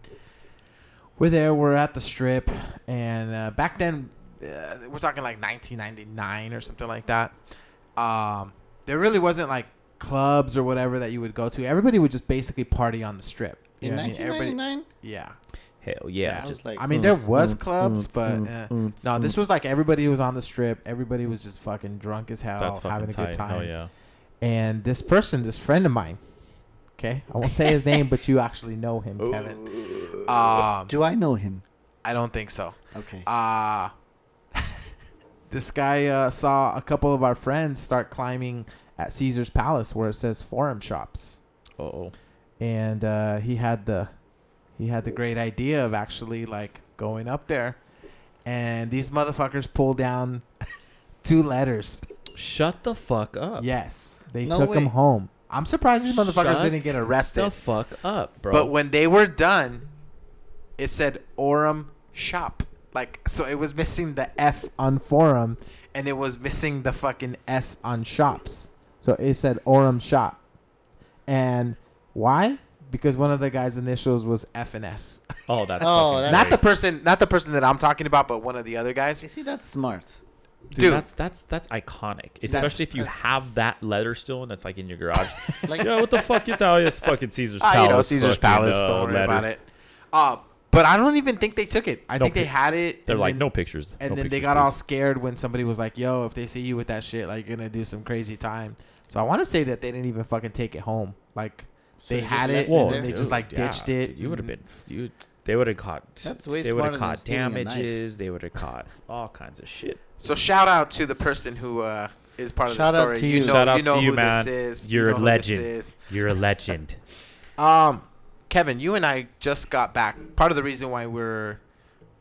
Speaker 3: we're there. We're at the strip, and uh, back then,
Speaker 5: uh, we're talking like 1999 or something like that. Um, there really wasn't like
Speaker 3: clubs or whatever that you would go to, everybody would just basically party on the strip. You
Speaker 4: In
Speaker 3: know what I mean? Everybody-
Speaker 4: 1999,
Speaker 5: yeah,
Speaker 6: Hell yeah.
Speaker 4: I was like, mm,
Speaker 3: I mean, there
Speaker 6: Oomps,
Speaker 3: was
Speaker 6: oomps,
Speaker 3: clubs,
Speaker 6: oomps,
Speaker 3: but
Speaker 6: oomps,
Speaker 3: eh.
Speaker 6: oomps,
Speaker 3: no, this
Speaker 6: oomps.
Speaker 3: was like everybody was on the strip. Everybody was just fucking drunk as hell,
Speaker 5: oh,
Speaker 6: that's
Speaker 3: having
Speaker 6: fucking
Speaker 3: a
Speaker 6: tight.
Speaker 3: good
Speaker 6: Hell
Speaker 3: time.
Speaker 6: yeah.
Speaker 3: And this person, this friend of mine, okay, I won't say his name, but you actually know him, Kevin.
Speaker 5: um,
Speaker 4: Do I know him?
Speaker 5: I don't think so.
Speaker 4: Okay.
Speaker 5: Uh
Speaker 3: This guy uh, saw a couple of our friends start climbing at Caesar's Palace, where it says Forum Shops.
Speaker 6: Oh.
Speaker 3: and uh, he had the he had the great idea of actually like going up there and these motherfuckers pulled down two letters
Speaker 6: Shut the fuck up.
Speaker 3: yes they
Speaker 4: No
Speaker 3: took
Speaker 4: way.
Speaker 3: him home i'm surprised these motherfuckers
Speaker 6: Shut
Speaker 3: didn't get
Speaker 6: The
Speaker 3: arrested
Speaker 6: fuck up, bro.
Speaker 5: But when they were done, it said Orem Shop. Like, so it was missing the F
Speaker 3: on forum
Speaker 5: and it was missing the fucking S.
Speaker 3: s on shops so it said orem shop and why because one of the guy's initials was f and s
Speaker 6: oh, that's
Speaker 4: Oh,
Speaker 6: fucking
Speaker 4: that's-
Speaker 5: Not
Speaker 6: great.
Speaker 5: the person, not the person that I'm talking about, but one of the other
Speaker 4: you
Speaker 5: guys.
Speaker 4: see, that's smart.
Speaker 6: Dude,
Speaker 5: Dude.
Speaker 6: that's that's that's iconic. Especially if you have that letter still and that's like in your garage.
Speaker 4: Like,
Speaker 6: yeah, what the fuck is that? It's fucking Caesar's
Speaker 5: Ah,
Speaker 6: Palace.
Speaker 5: you know, Caesar's
Speaker 6: fucking,
Speaker 5: Palace.
Speaker 6: uh,
Speaker 5: don't worry
Speaker 6: letter.
Speaker 5: about it. Uh, but I don't even think they took it. I
Speaker 6: No,
Speaker 5: think they
Speaker 6: pe-
Speaker 5: had it.
Speaker 6: They're
Speaker 5: and
Speaker 6: like,
Speaker 5: then-
Speaker 6: no pictures.
Speaker 3: and
Speaker 6: no
Speaker 3: then they
Speaker 6: pictures,
Speaker 3: got all
Speaker 6: please."
Speaker 3: scared when somebody was like yo if they see you with that shit like you're gonna do some crazy time so i want to say that they didn't even fucking take it home like
Speaker 4: So
Speaker 3: they
Speaker 4: you just
Speaker 3: had
Speaker 4: left
Speaker 3: it,
Speaker 4: it
Speaker 3: and
Speaker 4: Whoa,
Speaker 3: then they
Speaker 6: dude,
Speaker 3: just like
Speaker 6: yeah,
Speaker 3: ditched it.
Speaker 6: dude, you would have
Speaker 3: and-
Speaker 6: been. You, they would have caught.
Speaker 4: That's way
Speaker 6: They would
Speaker 4: smarter
Speaker 6: have
Speaker 4: than
Speaker 6: caught
Speaker 4: stealing a knife.
Speaker 6: damages. They would have caught all kinds of shit.
Speaker 5: So shout out to the person who uh, is part of
Speaker 4: Shout
Speaker 5: the
Speaker 4: out
Speaker 5: story.
Speaker 4: to
Speaker 5: you
Speaker 4: you.
Speaker 5: know,
Speaker 6: Shout out
Speaker 5: you know
Speaker 6: to you,
Speaker 5: who
Speaker 6: man.
Speaker 5: this is.
Speaker 6: You're
Speaker 5: you
Speaker 6: a
Speaker 5: know who
Speaker 6: legend.
Speaker 5: This is.
Speaker 6: You're a legend.
Speaker 5: Um, Kevin, you and I just got back. Part of the reason why we're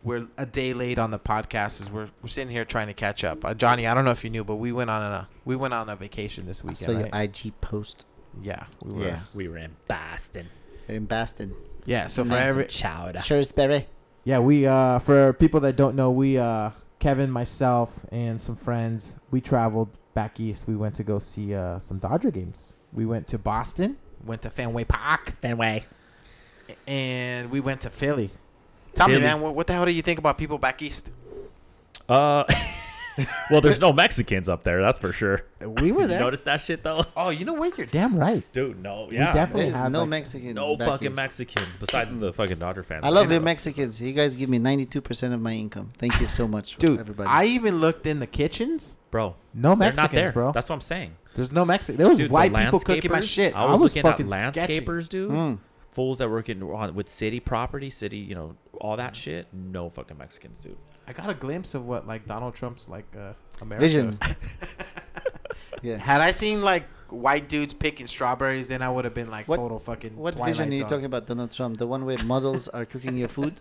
Speaker 5: we're a day late on the podcast is we're we're sitting here trying to catch up. Uh, Johnny, I don't know if you knew, but we went on a we went on a vacation this
Speaker 4: I
Speaker 5: weekend.
Speaker 4: saw your
Speaker 5: right?
Speaker 4: IG post.
Speaker 5: yeah, we were.
Speaker 4: Yeah,
Speaker 5: Yeah.
Speaker 6: we were in Boston.
Speaker 4: you're in Boston.
Speaker 5: so for
Speaker 4: Nice.
Speaker 5: every
Speaker 6: Chowder.
Speaker 4: Shrewsbury.
Speaker 3: Yeah, we uh for people that don't know, we uh Kevin, myself, and some friends, we traveled back east. We went to go see uh, some Dodger games. We went to Boston, went to Fenway Park,
Speaker 6: Fenway.
Speaker 3: and we went to Philly.
Speaker 5: Tell me,
Speaker 2: Philly.
Speaker 5: man, what, what the hell do you think about people back east?
Speaker 6: Uh, well, there's no Mexicans up there, that's for sure.
Speaker 3: We were
Speaker 6: You
Speaker 3: there.
Speaker 6: notice that shit though,
Speaker 3: oh, you know what? You're damn right.
Speaker 6: dude? No,
Speaker 3: We
Speaker 6: yeah,
Speaker 3: definitely
Speaker 4: There's
Speaker 3: had,
Speaker 4: no
Speaker 3: like-
Speaker 4: Mexican.
Speaker 6: no
Speaker 4: back
Speaker 6: fucking
Speaker 4: east.
Speaker 6: Mexicans besides the fucking Dodger fans.
Speaker 4: I love
Speaker 6: Canada.
Speaker 4: you, Mexicans. You guys give me 92% of my income. Thank you so much,
Speaker 3: Dude,
Speaker 4: everybody.
Speaker 3: I even looked in the kitchens.
Speaker 6: bro.
Speaker 3: No
Speaker 6: they're
Speaker 3: Mexicans,
Speaker 6: not there,
Speaker 3: bro.
Speaker 6: That's what I'm saying.
Speaker 3: There's no Mexican. There was
Speaker 6: Dude, the
Speaker 3: white people cooking my
Speaker 6: landscapers,
Speaker 3: shit.
Speaker 6: I was, looking
Speaker 3: fucking
Speaker 6: at
Speaker 3: sketchy.
Speaker 6: landscapers, dude.
Speaker 4: Mm.
Speaker 6: Fools that work in on, with city property, city, you know, all that shit. No fucking Mexicans, dude.
Speaker 3: I got a glimpse of what like Donald Trump's like uh, America.
Speaker 4: Vision. yeah.
Speaker 5: Had I seen like white dudes picking strawberries, then I would have been like
Speaker 4: What-
Speaker 5: total fucking.
Speaker 4: What
Speaker 5: Twilight
Speaker 4: vision are you
Speaker 5: Zone.
Speaker 4: talking about, Donald Trump? The one where models are cooking your food?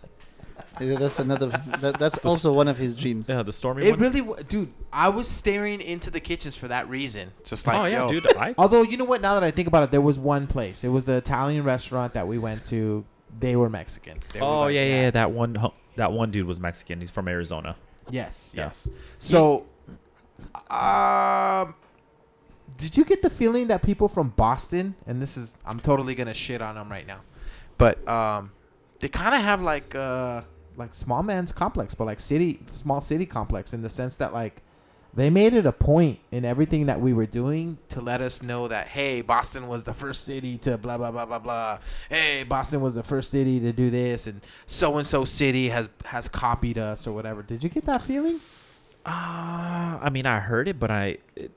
Speaker 4: Yeah, That's another. That, that's also one of his dreams.
Speaker 6: Yeah, the stormy
Speaker 5: It
Speaker 6: one.
Speaker 5: really, wa- dude. I was staring into the kitchens for that reason. Just like,
Speaker 6: oh yeah,
Speaker 5: yo,
Speaker 6: dude. I
Speaker 3: Although you know what? Now that I think about it, there was one place. It was the Italian restaurant that we went to. They were Mexican. They was
Speaker 6: Oh
Speaker 3: like
Speaker 6: yeah, yeah,
Speaker 3: that.
Speaker 6: yeah. That one, hu- that one dude was Mexican. He's from Arizona.
Speaker 3: Yes,
Speaker 6: Yeah.
Speaker 3: yes. So,
Speaker 5: Um,
Speaker 3: did you get the feeling that people from Boston and this is
Speaker 5: I'm totally gonna shit on them right now, but um, they kind of have like uh,
Speaker 3: like small man's complex, but like city, small city complex in the sense that like they made it a point in everything that we were doing.
Speaker 5: to let us know that hey, Boston was the first city to blah blah blah blah blah. Hey, Boston was the first city to do this, and so and so city has has copied us or whatever.
Speaker 3: Did you get that feeling?
Speaker 6: Ah, I mean, I heard it, but I, it,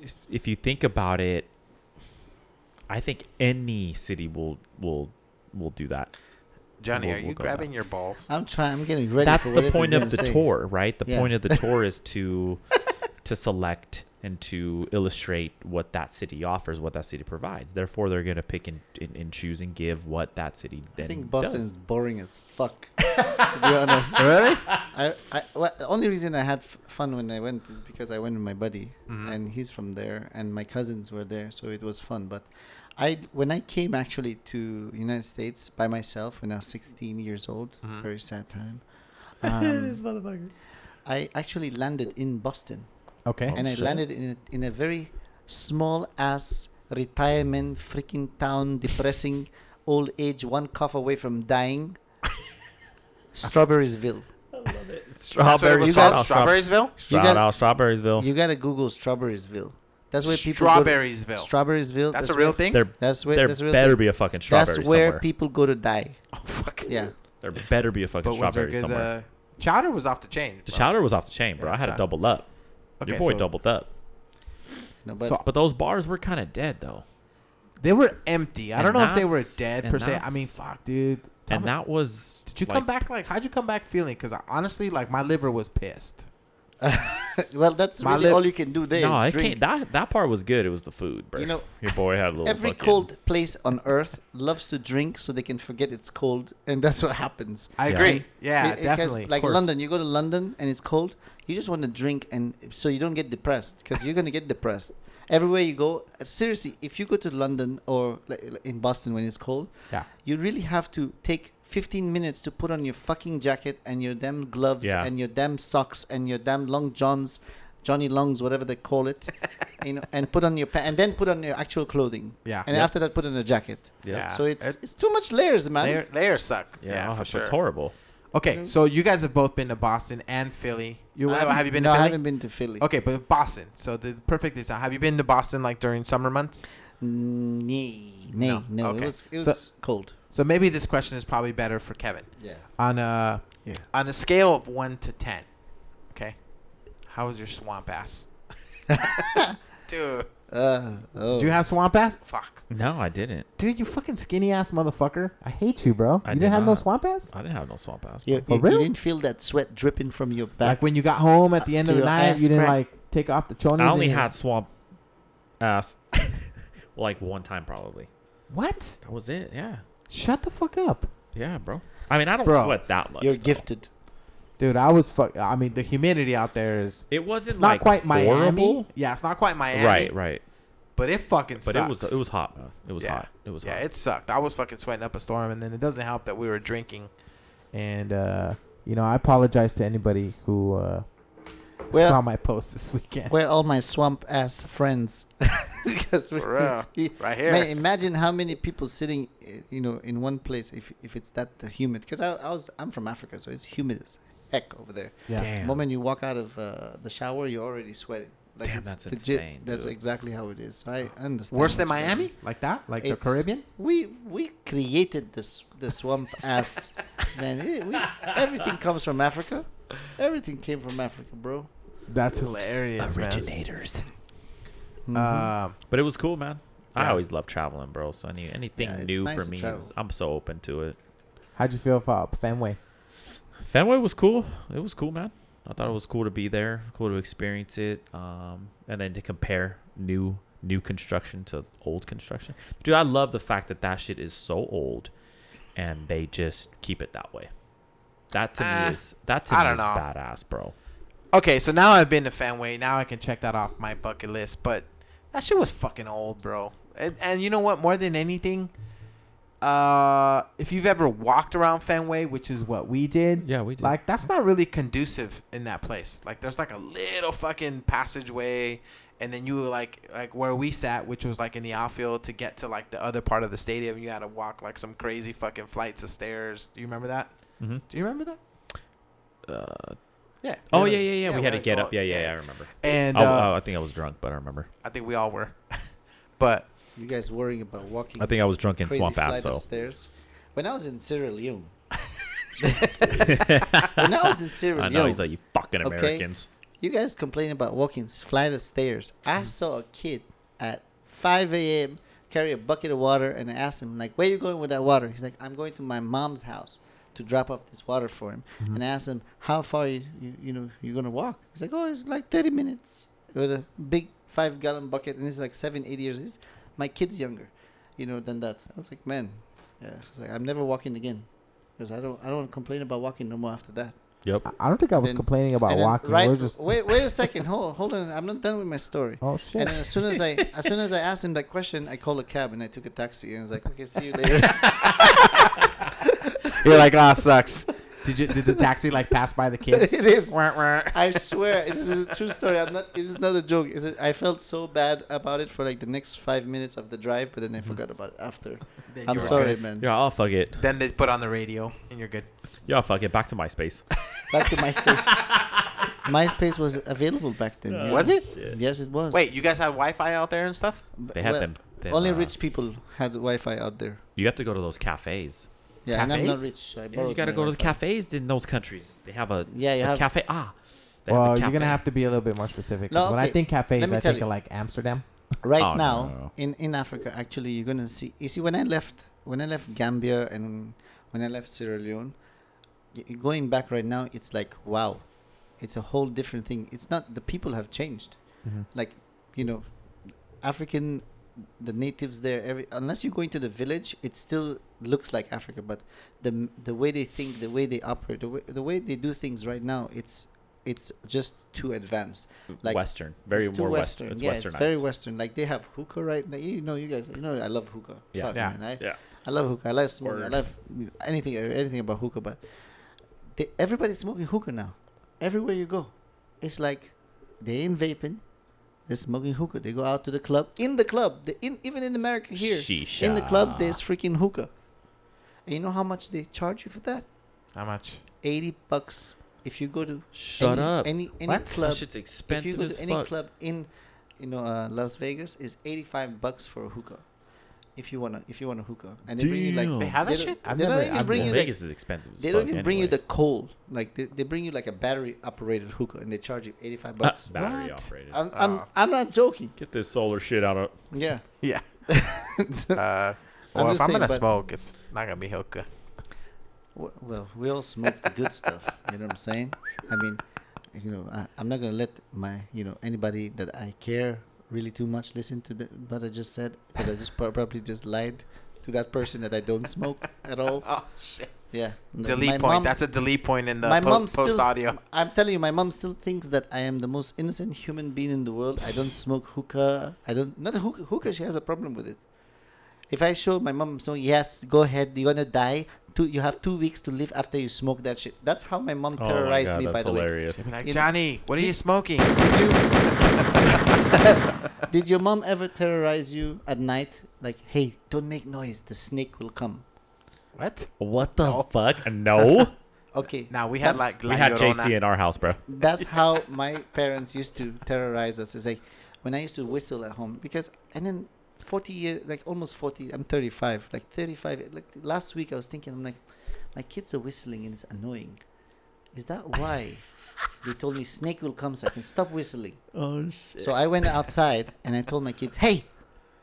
Speaker 6: if- if you think about it, I think any city will will will do that.
Speaker 5: Johnny,
Speaker 6: We'll-
Speaker 5: are you
Speaker 6: we'll go
Speaker 5: grabbing
Speaker 6: back.
Speaker 5: your balls?
Speaker 4: I'm trying. I'm getting ready.
Speaker 6: That's
Speaker 4: for
Speaker 6: the
Speaker 4: whatever
Speaker 6: point
Speaker 4: you're
Speaker 6: of the
Speaker 4: gonna say.
Speaker 6: tour, right? The
Speaker 4: Yeah.
Speaker 6: point of the tour is to to select and to illustrate what that city offers, what that city provides. Therefore, they're gonna pick and, and, and choose and give what that city. Then
Speaker 4: I think
Speaker 6: does.
Speaker 4: Boston is boring as fuck. to be honest, really? I, I well, the only reason I had f- fun when I went is because I went with my buddy, and he's from there, and my cousins were there, so it was fun. But I when I came actually to United States by myself when I was 16 years old, very sad time. Um, I actually landed in Boston,
Speaker 3: Okay.
Speaker 4: and I landed in a, in a very small ass retirement freaking town, depressing old age, one cough away from dying. Strawberriesville.
Speaker 5: Strawberry,
Speaker 6: Strawberries,
Speaker 5: you
Speaker 6: shout
Speaker 5: got
Speaker 6: out, strawberries,
Speaker 5: Strawberriesville.
Speaker 6: shout
Speaker 4: got-
Speaker 6: out, Strawberriesville.
Speaker 4: You gotta Google Strawberriesville. That's where people go to-
Speaker 5: Strawberriesville.
Speaker 4: Strawberriesville.
Speaker 5: That's a real
Speaker 4: where-
Speaker 5: thing.
Speaker 6: There,
Speaker 4: That's where.
Speaker 6: there
Speaker 4: that's a real
Speaker 6: better
Speaker 4: thing.
Speaker 6: be a fucking
Speaker 4: That's
Speaker 6: strawberry
Speaker 4: where
Speaker 6: somewhere.
Speaker 4: people go to die.
Speaker 5: oh fuck.
Speaker 4: Yeah.
Speaker 6: There better be a fucking
Speaker 5: But was there
Speaker 6: strawberry
Speaker 5: good?
Speaker 6: somewhere.
Speaker 5: Uh, chowder was off the chain.
Speaker 6: the
Speaker 5: bro.
Speaker 6: chowder was off the chain, bro.
Speaker 5: Yeah,
Speaker 6: I had to
Speaker 5: chowder.
Speaker 6: double up.
Speaker 5: Okay,
Speaker 6: Your boy
Speaker 5: so-
Speaker 6: doubled up.
Speaker 4: No, but
Speaker 3: So-
Speaker 6: But those bars were kind of dead though,
Speaker 3: They were empty. I
Speaker 6: And
Speaker 3: don't know if they were
Speaker 6: that's-
Speaker 3: dead
Speaker 6: and
Speaker 3: per se. I
Speaker 6: that's-
Speaker 3: mean, fuck, dude. Tell
Speaker 6: and
Speaker 3: me-
Speaker 6: that was.
Speaker 3: did you
Speaker 6: like,
Speaker 3: come back like? How'd you come back feeling? Because honestly, like my liver was pissed.
Speaker 4: well, that's
Speaker 3: My
Speaker 4: really
Speaker 3: lip-
Speaker 4: all you can do there.
Speaker 6: No,
Speaker 4: is
Speaker 6: I can't.
Speaker 4: drink.
Speaker 6: That that part was good. It was the food, bro.
Speaker 4: You know,
Speaker 6: your boy had a little.
Speaker 4: Every
Speaker 6: fucking,
Speaker 4: cold place on earth loves to drink so they can forget it's cold, and that's what happens.
Speaker 5: I
Speaker 6: Yeah.
Speaker 5: agree. Yeah,
Speaker 4: It- it has-
Speaker 5: definitely.
Speaker 4: like
Speaker 5: Of course.
Speaker 4: London, you go to London and it's cold. You just want to drink, and so you don't get depressed because you're gonna get depressed everywhere you go. uh, Seriously, if you go to London or like, like, in Boston when it's cold,
Speaker 3: Yeah.
Speaker 4: you really have to take 15 minutes to put on your fucking jacket and your damn gloves
Speaker 6: Yeah.
Speaker 4: and your damn socks and your damn long johns, Johnny Longs, whatever they call it, you know, and put on your pa- and then put on your actual clothing.
Speaker 3: Yeah.
Speaker 4: And
Speaker 3: Yep.
Speaker 4: after that, put on a jacket.
Speaker 5: Yeah.
Speaker 4: So it's
Speaker 5: Ah. It-
Speaker 4: it's too much layers, man.
Speaker 5: layer, layers suck. Yeah,
Speaker 6: Yeah,
Speaker 5: for sure.
Speaker 6: it's horrible.
Speaker 3: Okay, so you guys have both been to Boston and Philly. You
Speaker 4: I
Speaker 5: have-
Speaker 4: haven't-
Speaker 5: have you been to
Speaker 4: No, I
Speaker 5: Philly?
Speaker 4: haven't been to Philly.
Speaker 5: Okay, but Boston. So the perfect example. Have you been to Boston like during summer months?
Speaker 4: Nee, nee, no.
Speaker 5: No.
Speaker 4: It
Speaker 5: Okay.
Speaker 4: was it was
Speaker 3: So-
Speaker 4: cold.
Speaker 5: So maybe this question is probably better for Kevin.
Speaker 4: Yeah.
Speaker 3: on a
Speaker 4: Yeah.
Speaker 5: On a scale of one to ten, okay, how was your swamp ass? Dude,
Speaker 4: Uh, oh.
Speaker 3: Do you have swamp ass?
Speaker 5: fuck.
Speaker 6: No, I didn't.
Speaker 3: Dude, you fucking skinny ass motherfucker. I hate you, bro.
Speaker 6: I
Speaker 3: you
Speaker 6: did
Speaker 3: didn't have no
Speaker 6: not.
Speaker 3: swamp ass?
Speaker 6: I didn't have no swamp ass.
Speaker 4: you,
Speaker 3: For
Speaker 4: you- you
Speaker 3: real?
Speaker 4: didn't feel that sweat dripping from your back.
Speaker 3: Like when you got home at the end
Speaker 4: to
Speaker 3: of the
Speaker 4: your
Speaker 3: night,
Speaker 4: ass
Speaker 3: you didn't
Speaker 4: crack.
Speaker 3: like take off the chonies.
Speaker 6: I only
Speaker 3: and-
Speaker 6: had swamp ass, like one time probably.
Speaker 3: What?
Speaker 6: That was it. Yeah,
Speaker 3: Shut the fuck up. yeah,
Speaker 6: bro. I mean, I don't
Speaker 3: Bro,
Speaker 6: sweat that much.
Speaker 4: You're
Speaker 6: though.
Speaker 4: gifted.
Speaker 3: Dude, I was fuck I mean the humidity out there is
Speaker 6: It wasn't.
Speaker 3: it's not
Speaker 6: like,
Speaker 3: quite Miami.
Speaker 6: horrible.
Speaker 5: Yeah, it's not quite Miami.
Speaker 6: Right, right.
Speaker 5: But it fucking
Speaker 6: But
Speaker 5: sucks.
Speaker 6: it was it was hot, man. It was
Speaker 5: Yeah.
Speaker 6: hot. It was
Speaker 5: yeah,
Speaker 6: hot.
Speaker 5: it sucked. I was fucking sweating up a storm, and then it doesn't help that we were drinking.
Speaker 3: and uh you know, I apologize to anybody who uh,
Speaker 4: Well-
Speaker 3: saw my post this weekend.
Speaker 4: Where all my swamp ass friends? because we-
Speaker 5: For real. Right here.
Speaker 4: Man, imagine how many people sitting, eh, you know, in one place if if it's that humid. Because I, I was I'm from Africa, so it's humid as heck over there.
Speaker 3: yeah.
Speaker 6: Damn.
Speaker 4: The moment you walk out of uh, the shower, you're already sweating. Like
Speaker 6: Damn,
Speaker 4: it's
Speaker 6: that's
Speaker 4: legit.
Speaker 6: insane,
Speaker 4: That's
Speaker 6: dude.
Speaker 4: exactly how it is. So I understand.
Speaker 5: Worse than
Speaker 4: what's going on.
Speaker 5: Miami?
Speaker 3: Like that? Like
Speaker 4: It's-
Speaker 3: the Caribbean?
Speaker 4: We we created this the swamp ass man. eh, we, everything comes from Africa. Everything came from Africa, bro.
Speaker 3: That's hilarious,
Speaker 6: Originators. Mm-hmm.
Speaker 3: man.
Speaker 4: Uh,
Speaker 3: Um,
Speaker 6: But it was cool, man. I
Speaker 3: Yeah.
Speaker 6: always love traveling, bro. So any, anything
Speaker 4: Yeah, it's
Speaker 6: new
Speaker 4: nice
Speaker 6: for
Speaker 4: to
Speaker 6: me,
Speaker 4: travel.
Speaker 6: is, I'm so open to it.
Speaker 3: how'd you feel about Fenway?
Speaker 6: Fenway was cool. It was cool, man. I thought it was cool to be there, cool to experience it, um, and then to compare new new construction to old construction. Dude, I love the fact that that shit is so old, and they just keep it that way. That to
Speaker 5: Ah,
Speaker 6: me is that to
Speaker 5: I
Speaker 6: me
Speaker 5: don't
Speaker 6: is
Speaker 5: know.
Speaker 6: badass, bro.
Speaker 5: Okay, so now I've been to Fenway. Now I can check that off my bucket list. But that shit was fucking old, bro. And, and you know what? More than anything, uh, if you've ever walked around Fenway, which is what we did,
Speaker 6: Yeah, we did.
Speaker 5: like that's not really conducive in that place. Like there's like a little fucking passageway, and then you were like like where we sat, which was like in the outfield to get to like the other part of the stadium. You had to walk like some crazy fucking flights of stairs. Do you remember that?
Speaker 6: mm-hmm.
Speaker 5: Do you remember that?
Speaker 6: uh,
Speaker 5: Yeah.
Speaker 6: oh yeah, yeah, yeah. We had to
Speaker 5: like,
Speaker 6: get
Speaker 5: oh,
Speaker 6: up. Yeah, yeah, yeah. I remember.
Speaker 5: And
Speaker 6: oh,
Speaker 5: uh,
Speaker 6: oh, I think I was drunk, but I remember.
Speaker 5: I think we all were. but
Speaker 4: You guys worrying about walking?
Speaker 6: I think I was drunk in
Speaker 4: crazy
Speaker 6: Swamp
Speaker 4: flight
Speaker 6: Ass.
Speaker 4: of
Speaker 6: So
Speaker 4: stairs. When I was in Sierra Leone. when I was in Sierra
Speaker 6: I
Speaker 4: Leone,
Speaker 6: know he's like you fucking
Speaker 4: Okay.
Speaker 6: Americans.
Speaker 4: you guys complain about walking s- flight of stairs. I saw a kid at 5 a.m. carry a bucket of water, and I asked him like, "Where you going with that water?" He's like, "I'm going to my mom's house to drop off this water for him." And I asked him, "How far you you, you know you gonna walk?" He's like, "Oh, it's like 30 minutes with a big five gallon bucket, and he's like seven, eight years. He's, my kid's younger, you know, than that." I was like, "Man, yeah." I was like, "I'm never walking again." Because I don't, I don't complain about walking no more after that.
Speaker 6: Yep.
Speaker 3: I- I don't think I was
Speaker 4: Then-
Speaker 3: complaining about
Speaker 4: And then
Speaker 3: walking.
Speaker 4: Right,
Speaker 3: We're just
Speaker 4: wait, wait a second. Hold, hold on. I'm not done with my story.
Speaker 3: oh shit.
Speaker 4: And then as soon as I as soon as I asked him that question, I called a cab and I took a taxi and I was like, okay, see you later.
Speaker 5: You're like, ah, sucks.
Speaker 3: did you did the taxi like pass by the kid?
Speaker 4: it is.
Speaker 5: Wah-wah.
Speaker 4: I swear, this is a true story. I'm not. It is not a joke. Is it? I felt so bad about it for like the next five minutes of the drive, but then
Speaker 6: Mm-hmm.
Speaker 4: I forgot about it after. I'm
Speaker 5: you're
Speaker 4: sorry,
Speaker 5: good.
Speaker 4: man.
Speaker 6: Yeah, I'll fuck it.
Speaker 5: Then they put on the radio, and you're good.
Speaker 6: Yeah, fuck it. Back to MySpace.
Speaker 4: Back to MySpace. MySpace was available back then. yeah.
Speaker 5: Was it?
Speaker 4: Yes, it was.
Speaker 5: Wait, you guys had Wi-Fi out there and stuff?
Speaker 4: B-
Speaker 6: They had
Speaker 4: well,
Speaker 6: them. them,
Speaker 4: Only
Speaker 6: uh,
Speaker 4: rich people had Wi-Fi out there.
Speaker 6: You have to go to those cafes.
Speaker 4: Yeah, and I'm not
Speaker 5: Cafes?
Speaker 4: rich. So I
Speaker 6: Yeah, you
Speaker 4: borrowed
Speaker 6: got to
Speaker 4: my
Speaker 6: go to the
Speaker 4: Wi-Fi.
Speaker 6: cafes in those countries. They have a,
Speaker 4: Yeah, you
Speaker 6: a
Speaker 4: have-
Speaker 6: cafe. Ah. They have a
Speaker 3: Well, you're gonna
Speaker 6: cafe.
Speaker 3: have to be a little bit more specific. 'cause
Speaker 4: No,
Speaker 3: When I
Speaker 4: okay.
Speaker 3: think cafes,
Speaker 4: Let me
Speaker 3: I
Speaker 4: tell
Speaker 3: think
Speaker 4: you.
Speaker 3: of like Amsterdam.
Speaker 4: right
Speaker 6: Oh, no,
Speaker 4: now
Speaker 6: no, no.
Speaker 4: in in Africa actually you're gonna see you see when I left when I left Gambia and when I left Sierra Leone y- y- going back right now it's like wow it's a whole different thing it's not the people have changed
Speaker 6: Mm-hmm.
Speaker 4: like you know African the natives there every unless you go into the village it still looks like Africa but the m- the way they think the way they operate the way, the way they do things right now it's it's just too advanced like
Speaker 6: Western. Very
Speaker 4: it's too
Speaker 6: more
Speaker 4: Western.
Speaker 6: Western. It's
Speaker 4: yeah,
Speaker 6: Westernized.
Speaker 4: it's very Western. Like they have hookah right now. You know, you guys, you know, I love hookah.
Speaker 6: Yeah.
Speaker 4: Fuck,
Speaker 5: Yeah.
Speaker 4: man, I,
Speaker 6: Yeah.
Speaker 4: I love hookah. I love smoking. I
Speaker 6: Word.
Speaker 4: love anything, anything about hookah. But they, everybody's smoking hookah now. Everywhere you go, it's like they ain't vaping. They're smoking hookah. They go out to the club. In the club, they, in even in America here, in the club,
Speaker 6: Shisha.
Speaker 4: there's freaking hookah. And you know how much they charge you for that?
Speaker 5: How much?
Speaker 4: Eighty bucks if you go to
Speaker 6: Shut
Speaker 4: any,
Speaker 6: up.
Speaker 4: any any
Speaker 6: What?
Speaker 4: club
Speaker 6: That shit's
Speaker 4: if you
Speaker 6: expensive
Speaker 4: go
Speaker 6: as
Speaker 4: to any
Speaker 6: fuck.
Speaker 4: club in you know uh, Las Vegas is 85 bucks for a hookah if you want to if you want a hookah and they bring you like
Speaker 6: Damn.
Speaker 5: They have that
Speaker 4: don't-
Speaker 5: shit?
Speaker 4: they don't
Speaker 5: never-
Speaker 4: even
Speaker 5: I've
Speaker 4: bring
Speaker 6: Well,
Speaker 4: you like,
Speaker 6: Vegas is expensive as
Speaker 4: they don't
Speaker 6: fuck
Speaker 4: even bring you the
Speaker 6: anyway.
Speaker 4: coal like they, they bring you like a battery operated hookah and they charge you
Speaker 5: Uh,
Speaker 4: 85
Speaker 6: Ah,
Speaker 4: bucks
Speaker 6: battery
Speaker 5: What?
Speaker 6: operated.
Speaker 4: I'm, I'm,
Speaker 5: uh.
Speaker 4: I'm not joking
Speaker 6: Get this solar shit out of. oh
Speaker 4: yeah
Speaker 5: Yeah.
Speaker 4: Wh-
Speaker 5: Uh, well, if
Speaker 4: I'm just
Speaker 5: I'm
Speaker 4: saying,
Speaker 5: gonna
Speaker 4: but-
Speaker 5: smoke, it's not gonna be hookah.
Speaker 4: well we all smoke the good stuff you know what I'm saying I mean you know I, I'm not gonna let my you know anybody that I care really too much listen to the, what I just said because I just prob- probably just lied to that person that I don't smoke at all
Speaker 5: Oh shit!
Speaker 4: Yeah. no,
Speaker 5: Delete
Speaker 4: my
Speaker 5: point.
Speaker 4: mom-
Speaker 5: That's a delete point in the
Speaker 4: my
Speaker 5: po-
Speaker 4: mom
Speaker 5: post
Speaker 4: still-
Speaker 5: audio.
Speaker 4: I'm telling you, my mom still thinks that I am the most innocent human being in the world. I don't smoke hookah. I don't not hookah. Hookah, she has a problem with it. If I show my mom, so yes, go ahead, you're gonna die. two, you have two weeks to live after you smoke that shit. That's how my mom
Speaker 7: Oh my
Speaker 4: terrorized
Speaker 7: god,
Speaker 4: me.
Speaker 7: that's
Speaker 4: By the way,
Speaker 7: hilarious.
Speaker 5: They'd be like,
Speaker 4: You know-
Speaker 5: Johnny, what are you smoking?
Speaker 4: did your mom ever terrorize you at night? Like, hey, don't make noise. The snake will come.
Speaker 5: What?
Speaker 7: What the fuck? No.
Speaker 4: Okay.
Speaker 5: Now we had
Speaker 4: That's-
Speaker 5: like
Speaker 7: we
Speaker 5: La
Speaker 7: had
Speaker 5: Llorona.
Speaker 7: JC in our house, bro.
Speaker 4: That's how my parents used to terrorize us. Is like when I used to whistle at home because and then forty years, like almost forty. I'm thirty five. Like thirty five. Like last week, I was thinking, I'm like, my kids are whistling and it's annoying. Is that why? they told me snake will come, so I can stop whistling.
Speaker 7: Oh shit.
Speaker 4: So I went outside and I told my kids, "Hey,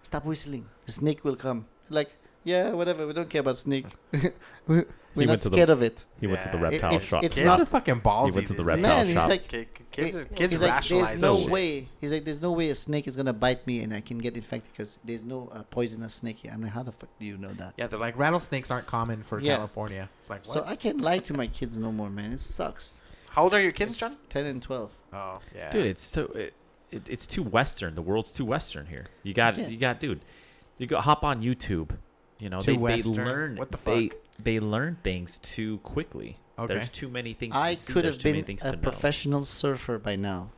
Speaker 4: stop whistling. The snake will come." Like, yeah, whatever. We don't care about snake. We- We're
Speaker 7: went
Speaker 4: not
Speaker 7: to the-
Speaker 4: scared of it.
Speaker 7: He went to the
Speaker 5: It-
Speaker 7: reptile
Speaker 4: it's-
Speaker 7: shop.
Speaker 4: it's
Speaker 5: Kids
Speaker 4: not-
Speaker 5: are fucking ballsy.
Speaker 7: He went to the
Speaker 5: these
Speaker 7: reptile
Speaker 4: Man,
Speaker 5: days.
Speaker 4: he's
Speaker 7: shop.
Speaker 4: like,
Speaker 5: Kid- Kids are
Speaker 4: It-
Speaker 5: kids
Speaker 4: he's like,
Speaker 5: rationalize
Speaker 4: There's no
Speaker 5: shit.
Speaker 4: way. He's like, there's no way a snake is gonna bite me and I can get infected because there's no uh, poisonous snake here. I'm like, how the fuck do you know that?
Speaker 5: Yeah, they're like rattlesnakes aren't common for
Speaker 4: Yeah.
Speaker 5: California. It's like what?
Speaker 4: So I can't lie to my kids no more, man. It sucks.
Speaker 5: How old are your kids,
Speaker 4: It's
Speaker 5: John?
Speaker 4: Ten and twelve.
Speaker 5: Oh yeah,
Speaker 6: dude it's too it, it, it's too western the world's too western here you got
Speaker 4: Again.
Speaker 6: you got dude you go hop on youtube you know
Speaker 5: Too
Speaker 6: they, they
Speaker 5: Western?
Speaker 6: learn
Speaker 5: What the
Speaker 6: they
Speaker 5: fuck?
Speaker 6: they learn things too quickly
Speaker 5: Okay.
Speaker 6: there's too many things
Speaker 4: I
Speaker 6: to see,
Speaker 4: could
Speaker 6: there's
Speaker 4: have
Speaker 6: too many
Speaker 4: been
Speaker 6: things
Speaker 4: a
Speaker 6: to know.
Speaker 4: professional surfer by now,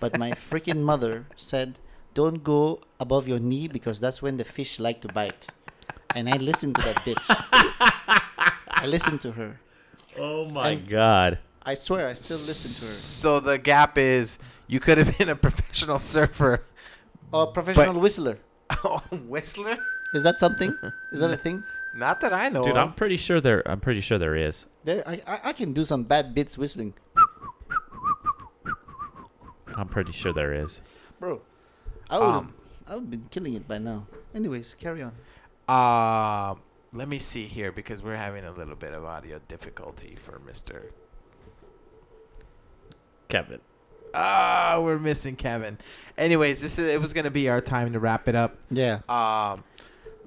Speaker 4: but my freaking mother said, "Don't go above your knee because that's when the fish like to bite." And I listened to that bitch. I listened to her.
Speaker 7: oh my
Speaker 4: and-
Speaker 7: god.
Speaker 4: I swear, I still listen to her.
Speaker 5: So the gap is you could have been a professional surfer.
Speaker 4: Or professional whistler.
Speaker 5: oh, whistler?
Speaker 4: Is that something? Is that a thing?
Speaker 5: Not that I know.
Speaker 6: dude
Speaker 5: of.
Speaker 6: i'm pretty sure there i'm pretty sure there is
Speaker 4: There, I, I, I can do some bad bits whistling,
Speaker 6: i'm pretty sure there is
Speaker 4: bro. I
Speaker 7: Oh,
Speaker 4: would,
Speaker 5: Um.
Speaker 4: I would have been killing it by now. Anyways, carry on.
Speaker 5: Um, let me see here because we're having a little bit of audio difficulty for Mister.
Speaker 7: Kevin.
Speaker 5: Ah, we're missing Kevin. Anyways, this is it was gonna be our time to wrap it up.
Speaker 4: Yeah.
Speaker 5: Um,
Speaker 3: Mm.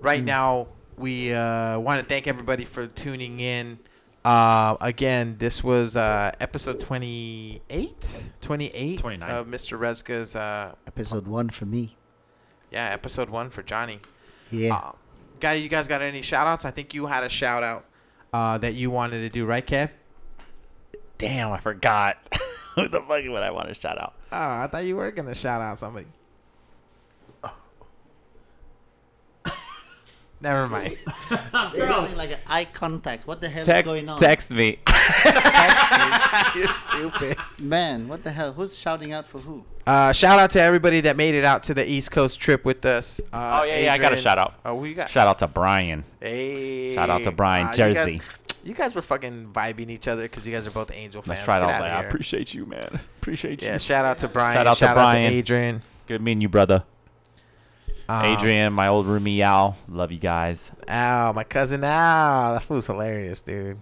Speaker 5: right now we uh, want to thank everybody for tuning in. Uh, again, this was uh, episode 28, 28
Speaker 7: 29.
Speaker 5: of Mr. Rezka's. Uh,
Speaker 4: Episode one for me.
Speaker 5: yeah, episode one for Johnny.
Speaker 4: Yeah.
Speaker 5: Uh, guy, you guys got any shout outs? I think you had a shout out uh, that you wanted to do, right, Kev?
Speaker 7: Damn, I forgot. Who the fuck would I want to shout out?
Speaker 5: Oh, I thought you were gonna shout out somebody. Never mind. Uh,
Speaker 4: They're having like an eye contact. What the hell is
Speaker 7: Tec-
Speaker 4: going on?
Speaker 7: text me.
Speaker 5: You're stupid.
Speaker 4: Man, what the hell? Who's shouting out for who?
Speaker 5: Uh, shout out to everybody that made it out to the East Coast trip with us. Uh,
Speaker 7: Oh, yeah, yeah, I got a
Speaker 5: Adrian-
Speaker 7: shout out.
Speaker 5: Oh, who you got?
Speaker 7: Shout out to Brian.
Speaker 5: Hey.
Speaker 7: Shout out to Brian,
Speaker 5: Uh, you guys-
Speaker 7: Jersey.
Speaker 5: You guys, were fucking vibing each other because you guys are both Angel fans.
Speaker 7: That's right. I
Speaker 5: Get
Speaker 7: was
Speaker 5: outta
Speaker 7: like, I
Speaker 5: here.
Speaker 7: appreciate you, man. Appreciate
Speaker 5: Yeah,
Speaker 7: you.
Speaker 5: shout out to Brian.
Speaker 7: Shout out to Brian.
Speaker 5: Adrian.
Speaker 7: Good meeting you, brother.
Speaker 5: Um,
Speaker 7: Adrian, my old roomie Al. Love you guys.
Speaker 5: Al, my cousin Al. That fool's hilarious, dude.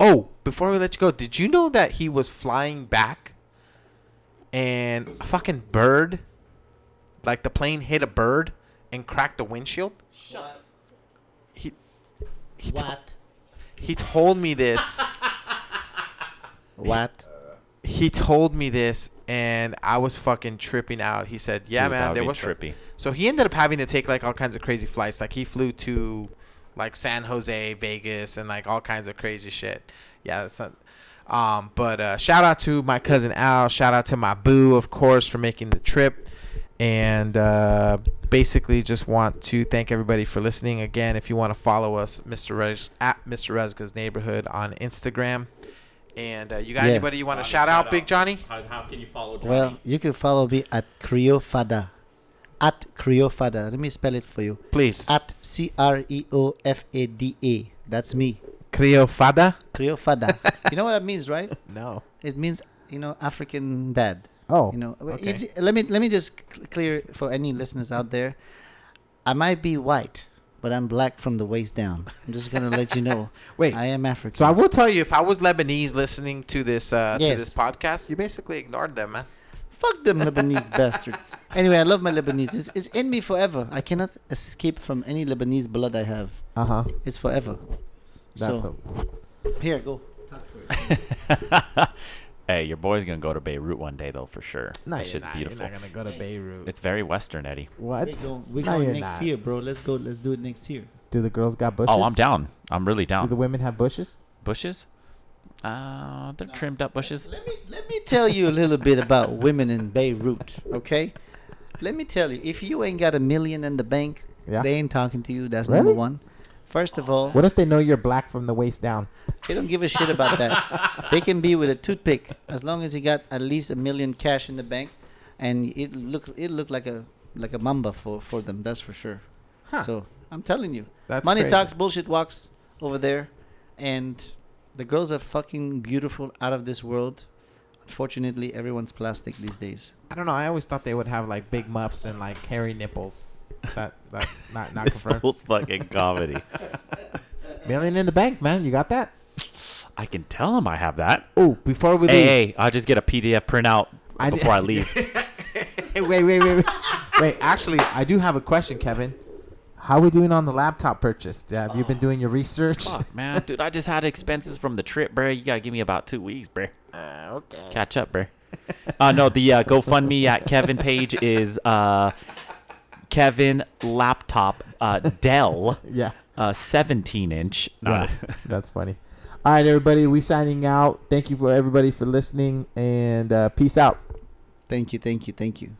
Speaker 5: Oh, before we let you go, did you know that he was flying back and a fucking bird, like the plane hit a bird and cracked the windshield?
Speaker 4: Shut.
Speaker 5: He he, to-
Speaker 4: What?
Speaker 5: he told me this.
Speaker 4: What?
Speaker 5: he told me this and I was fucking tripping out. He said, "Yeah,
Speaker 7: Dude, that
Speaker 5: man,
Speaker 7: would
Speaker 5: there
Speaker 7: be
Speaker 5: was a-
Speaker 7: trippy.
Speaker 5: So he ended up having to take like all kinds of crazy flights. Like he flew to like San Jose, Vegas, and like all kinds of crazy shit. Yeah, that's not. Um, but uh, shout out to my cousin Al. Shout out to my boo, of course, for making the trip. And uh, basically, just want to thank everybody for listening. Again, if you want to follow us, Mr. Rez at Mr. Rezga's Neighborhood on Instagram. And uh, you got
Speaker 4: Yeah.
Speaker 5: anybody you want to shout out, Big Johnny?
Speaker 6: how, how can you follow
Speaker 4: Well, you can follow me at Creofada. At Creofada. Let me spell it for you.
Speaker 5: Please.
Speaker 4: At C R E O F A D A. That's me.
Speaker 5: Criofada?
Speaker 4: Creofada. you know what that means, right?
Speaker 5: No.
Speaker 4: It means you know African dad.
Speaker 3: Oh,
Speaker 4: You know, Well,
Speaker 5: okay.
Speaker 4: it's- let me let me just cl- clear for any listeners out there. I might be white, but I'm black from the waist down. I'm just gonna let you know.
Speaker 5: Wait.
Speaker 4: I am African.
Speaker 5: So I will tell you, if I was Lebanese listening to this uh, to
Speaker 4: Yes.
Speaker 5: this podcast, you basically ignored them, man.
Speaker 4: Fuck them Lebanese bastards. Anyway, I love my Lebanese. It's, it's in me forever. I cannot escape from any Lebanese blood I have.
Speaker 3: uh huh.
Speaker 4: It's forever.
Speaker 3: That's
Speaker 4: so
Speaker 3: a-
Speaker 4: here, go.
Speaker 7: hey, your boy's gonna go to Beirut one day though, for sure. that shit's beautiful.
Speaker 5: gonna go to Beirut.
Speaker 7: It's very Western, Eddie.
Speaker 3: what?
Speaker 4: We go, we
Speaker 3: No,
Speaker 4: go
Speaker 3: you're
Speaker 4: next
Speaker 3: not.
Speaker 4: year, bro. Let's go. Let's do it next year.
Speaker 3: Do the girls got bushes?
Speaker 6: Oh, I'm down. I'm really
Speaker 3: Do
Speaker 6: down.
Speaker 3: the women have bushes?
Speaker 6: bushes? Uh, they're trimmed up bushes.
Speaker 4: Let me let me tell you a little bit about women in Beirut, okay? Let me tell you, if you ain't got a million in the bank,
Speaker 3: Yeah.
Speaker 4: they ain't talking to you. That's
Speaker 3: Really?
Speaker 4: number one. First of all,
Speaker 3: What if they know you're black from the waist down?
Speaker 4: they don't give a shit about that. they can be with a toothpick as long as he got at least a million cash in the bank, and it look it look like a like a mamba for for them. That's for sure. So I'm telling you,
Speaker 5: That's
Speaker 4: money
Speaker 5: crazy.
Speaker 4: talks, bullshit walks over there, and the girls are fucking beautiful, out of this world. Unfortunately, everyone's plastic these days.
Speaker 5: I don't know. I always thought they would have like big muffs and like hairy nipples. That that not not confirmed.
Speaker 7: Whole fucking comedy.
Speaker 3: Million in the bank, man. You got that?
Speaker 6: I can tell them I have that.
Speaker 3: Oh, before we
Speaker 6: Hey,
Speaker 3: leave.
Speaker 6: hey, I'll just get a PDF printout
Speaker 3: I-
Speaker 6: before I leave.
Speaker 3: Hey, wait, wait, wait, wait. wait, actually, I do have a question, Kevin. How we doing on the laptop purchase? Have you been doing your research?
Speaker 6: Fuck, man, dude, I just had expenses from the trip, bro. You gotta give me about two weeks, bro. okay. Catch up, bro. Uh, no, the uh, GoFundMe at Kevin Page is uh, Kevin Laptop uh, Dell
Speaker 3: Yeah.
Speaker 6: uh, 17 inch.
Speaker 3: Yeah, that's funny. All right, everybody, we signing out. Thank you for everybody for listening, and uh, peace out.
Speaker 4: Thank you, thank you, thank you.